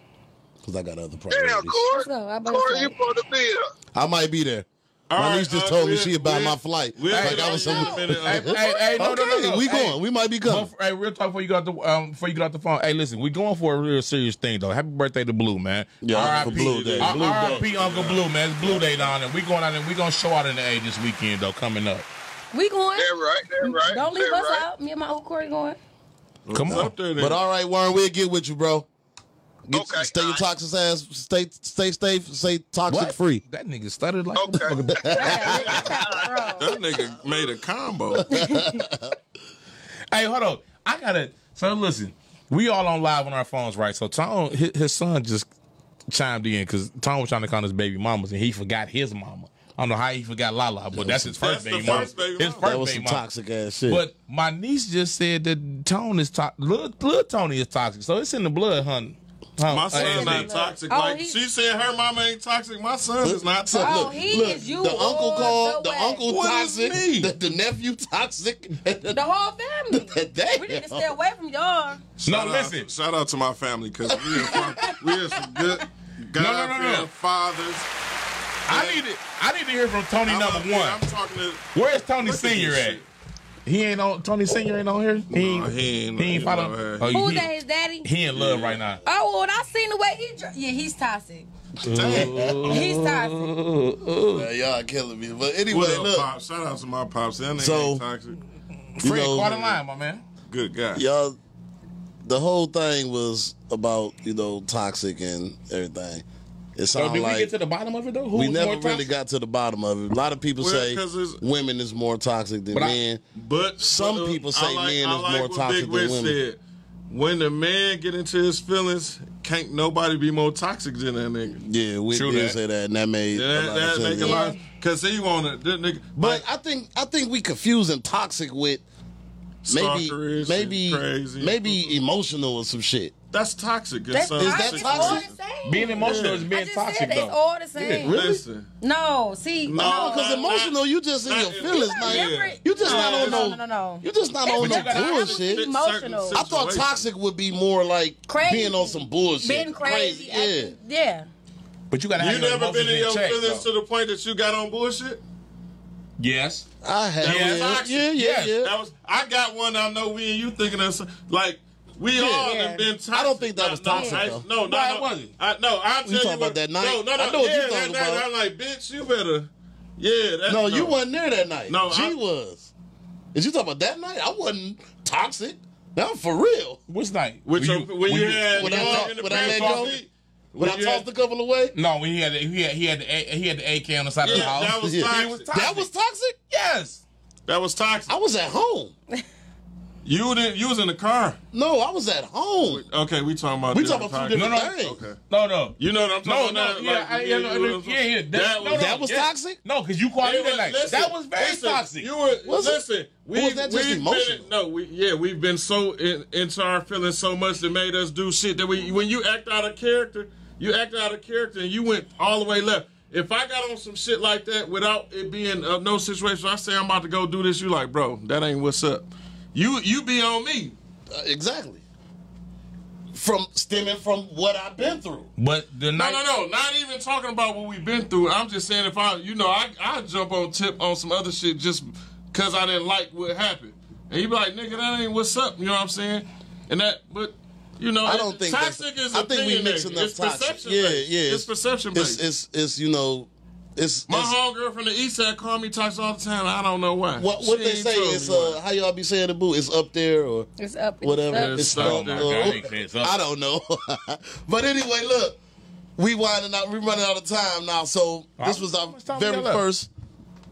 because I got other toxic. priorities. Damn, Corey. Let's go. I better Corey, say. you supposed to be here. I might be there. My niece just told me she would buy my flight. like I was in some. a minute. Hey, hey, hey, uh, no, okay, no, no, no. we Hey, going. we might be coming. but- hey, real talk before you got the um, before you get off the phone. Hey, listen, we going for a real serious thing though. Happy birthday to Blue, man. Yeah, R.I.P. for Blue Day. R- Blue Day. R.I.P. Uncle Blue, man. It's Blue Day down there. We going out and we gonna show out in the A this weekend though. Coming up. We going? That right, that right. Don't leave that us right. out. Me and my old Corey going. Come on. uh, Up there, then. But all right, Warren, we'll get with you, bro. Get, Okay, stay all your right. toxic ass. Stay, stay, stay, stay toxic What? free. That nigga stuttered like. Okay. that nigga made a combo. Hey, hold on. I gotta. So listen, we all on live on our phones, right? So Tom, his, his son just chimed in because Tom was trying to call his baby mamas, and he forgot his mama. I don't know how he forgot Lala, but that's his first That's the baby mama. first baby His mama. first That was baby some mama. toxic ass shit. But my niece just said that Tone is toxic. Little, little Tony is toxic, so it's in the blood, hun. Hun- My uh, son and- not toxic. Oh, like he- she said, her mama ain't toxic. My son is not So, toxic. Oh, he is you The uncle all called. the The, way. uncle What is toxic. me? The, the nephew toxic. The whole family. Damn. We need to stay away from y'all. No, Shout out- listen. shout out to my family because we, are from- we are some good God no, no, no. fathers. I need to. I need to hear from Tony I'm up number here, one. I'm talking to. Where's Tony Look at Senior this at? shit. He ain't on. Tony Senior ain't on here. No, he ain't- He ain't he follow. never had. Oh, Who's he- that? His daddy? He in love right now. Oh, when I seen the way he, dr- yeah, he's toxic. He's toxic. Man, y'all killing me. But anyway, What up, look. pops? Shout out to my pops. That nigga So- ain't toxic. you Fred, know, call the line, my man. Good guy. y'all the whole thing was about you know toxic and everything it So sounded did we like get to the bottom of it though? Who we was never more really toxic? got to the bottom of it a lot of people Well, say 'cause it's- women is more toxic than But I- men But Some uh, people I say like, men I is like more what toxic Big than Rich women. Said. when the man get into his feelings, can't nobody be more toxic than that nigga. Yeah, we True did that. say that, and that made That, a lot that of sense. make a lot. Cause he wanna, that nigga, But but I think I think we confusing toxic with maybe stalkerish maybe and crazy. maybe emotional or some shit. that's toxic. uh, That's, son. Is I- that it's toxic? All the same. Being emotional is I being just toxic said it's though. all the same. Yeah. Listen, No, see, No, no, uh, Because Not- emotional, you just in not- your feelings. It's Like, not different. you just No, not on it's- no. no, no, no. You just not on you no gotta- bullshit. Certain Emotional. I thought situations. toxic would be more like Crazy. being on some bullshit. Being crazy, Yeah. acting- yeah. But you gotta have You your never been emotions in your check, feelings though. to the point that you got on bullshit. Yes. I have. That was Yeah, toxic. yeah, yeah, Yes. yeah. That was I got one. I know we and you thinking of some- like we all Yeah. have been toxic. I don't think that was No, no, toxic, I- though. No, no, Why no. was it? I, You no, I'm talking telling you about what- that night? No, no, no. I know what yeah, you that talking night, about. I'm like, bitch, you better. Yeah, that, No, you wasn't there that night. No, she I- was. Is you talking about that night? I wasn't toxic. Now for real. Which night? With When your, you- when you, had when your I dog talk- in the when I pants let off go? feet, When I you tossed had- the couple away, No, when he had the, he had he had the A, he had the AK on the side of the Yeah, house. that was Yeah. toxic. was toxic. that was toxic. yes. that was toxic. I was at home. you didn't. You was in the car. No, I was at home. Okay, we talking about. We talking about two toxic. different No, no, things. Okay. No, no. You know what I'm No, talking no, about? yeah, Like, I, yeah, you no, know what I'm no, yeah, talking- yeah. That, That no, was- no, that was yeah. toxic? No, because you called me It that night. listen, that was very listen, toxic. You were Was it? listen. We, was that just we've emotional? Been, no, we yeah, we've been so in, into our feelings so much that made us do shit that we when you act out of character, you act out of character and you went all the way left. If I got on some shit like that without it being uh, no situation, I say I'm about to go do this. You like, bro, that ain't what's up. You you be on me. Uh, exactly. From stemming from what I've been through. But the No, night. no, no. Not even talking about what we've been through. I'm just saying if I, you know, I I jump on tip on some other shit just because I didn't like what happened. And you be like, nigga, that ain't what's up. You know what I'm saying? And that, but. You know, I don't think that's- toxic is I think we opinionating. mixing up it's toxic. Perception Yeah, based. yeah, It's it's- perception It's based. it's it's you know, it's, My it's homegirl from the east side called me toxic all the time. I don't know why. what what She they ain't say told is me why. uh how y'all be saying the boo, it's up there or It's up. It's whatever. Up. It's It's up up, there. uh, God, they say it's up. I don't know. but anyway, look, we winding out. We running out of time now. So this How- was how much time our we very got left? first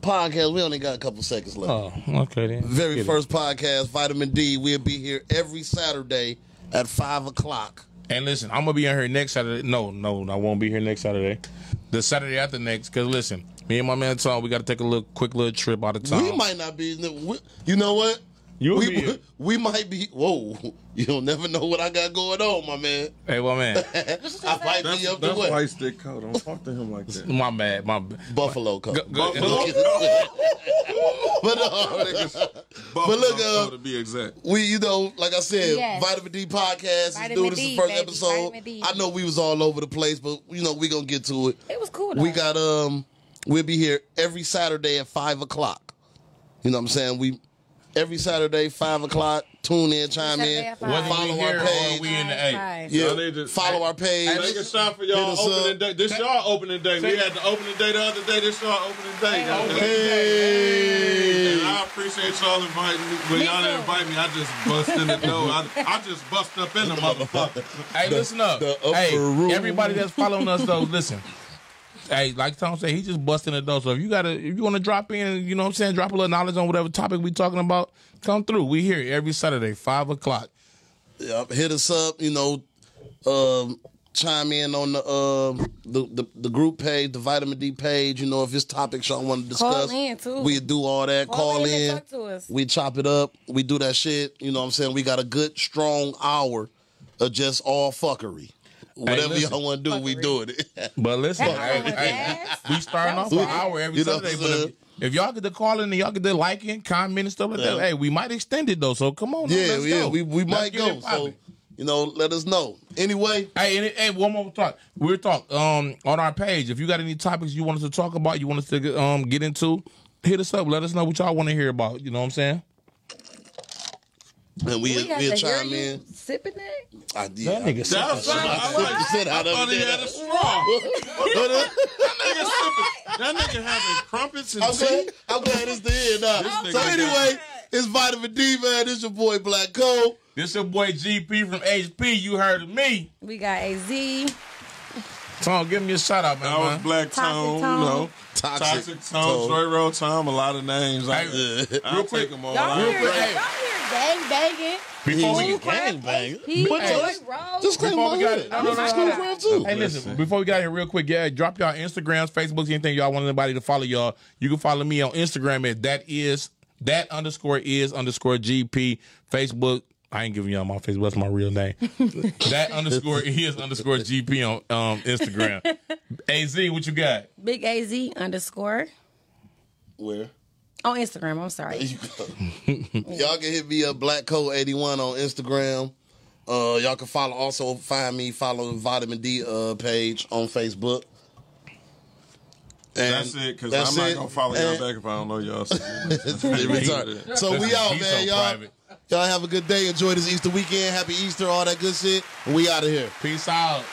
podcast. We only got a couple seconds left. Oh, okay then. very Get it. first podcast, Vitamin D. We'll be here every Saturday at five o'clock. And listen, I'm gonna be in here next Saturday. No, no, I won't be here next Saturday. The Saturday after next, cause listen, me and my man Tom, we gotta take a little quick little trip out of town. We might not be. we- You know what? You'll we, be here. we might be. Whoa! You'll never know what I got going on, my man. Hey, my man, I might be That's, up to that's uh, what? why he stick coat. Don't talk to him like that. my bad, my bad. Buffalo Cup. Buffalo? but uh, Buffalo look, Coat uh, to be exact. we, you know, like I said, Yes. Vitamin D podcast is Vitamin new. This is D, the first baby. Vitamin episode. D. I know we was all over the place, but you know we gonna get to it. It was cool. Though. We got um, we'll be here every Saturday at five o'clock. You know what I'm saying? We every Saturday five o'clock. Tune in, chime Saturday in, at five. Whether follow we our here or page. we in the A. Right. Yeah, Y'all need to- follow our page. Take a shot for y'all Hit us opening up. day. This y'all opening day. We had the opening day the other day. This y'all opening day. y'all. Hey. And I appreciate y'all inviting me. When Me y'all didn't too. invite me, I just bust in the door. I, I just bust up in the motherfucker. Hey, listen up. the upper hey, room. everybody that's following us though, listen. Hey, like Tom said, he just busting the door. So if you gotta, if you wanna drop in, you know what I'm saying, drop a little knowledge on whatever topic we talking about, come through. We here every Saturday, five o'clock. Yep, hit us up. You know, um, chime in on the, uh, the the the group page, the Vitamin D page. You know, if it's topics y'all want to discuss, in, too. we do all that. Call Call in and in, talk to us. we chop it up, we do that shit. You know, what I'm saying we got a good strong hour of just all fuckery. Whatever listen. y'all want to do, we doing it. But listen, That hey, hour was hey, fast. we starting That off was an fast. hour every You know Saturday. what I'm But if, if y'all get to call in and y'all get to liking, comment and stuff like that, Yeah. hey, we might extend it though. So come on, now, yeah, let's yeah, go. we we Let's might get go. it So poppin'. you know, let us know. Anyway, Hey, and, and one more thought. We're talk um on our page. If you got any topics you want us to talk about, you want us to um get into, hit us up. Let us know what y'all want to hear about. You know what I'm saying? and we We we got will to hear chime you in. sipping that. I, yeah, That nigga That was right. I like I said I I done thought he did had a that. straw. But, uh, That nigga having crumpets and I'm tea. glad, I'm glad it's the end. Now. This So nigga- anyway, it's Vitamin D, man. It's your boy Black Cole. This your boy GP from HP. You heard of me? We got a Z. Tom, give me a shout out, man. That was man. Black Toxic Tone, you Tone. know. Toxic Toxic Tone, Tone. Straight Roll Tone, a lot of names. I, Hey, I'll take them all. Y'all I- hear it? great. Y'all hear gang banging. Oh, Before we School get crab, gangbanged. HP, But Joy just- Rose. Just claim Before my we got hood. it- no, I'm no, from no, school no. crib too. Hey, listen, before we got here real quick, yeah, drop y'all Instagrams, Facebooks, anything y'all want anybody to follow y'all. You can follow me on Instagram at that is that underscore is underscore GP. Facebook, I ain't giving y'all my Facebook, that's my real name. that underscore is underscore GP on um, Instagram. AZ, what you got? Big AZ underscore Where? on Instagram. I'm sorry. y'all can hit me up black code 81 on instagram uh y'all can follow also find me follow the vitamin d uh page on facebook and That's it, because that's I'm not it. going to follow y'all And- back if I don't know y'all. retarded. so we out He's man so y'all private. y'all have a good day enjoy this easter weekend happy easter all that good shit we out of here Peace out.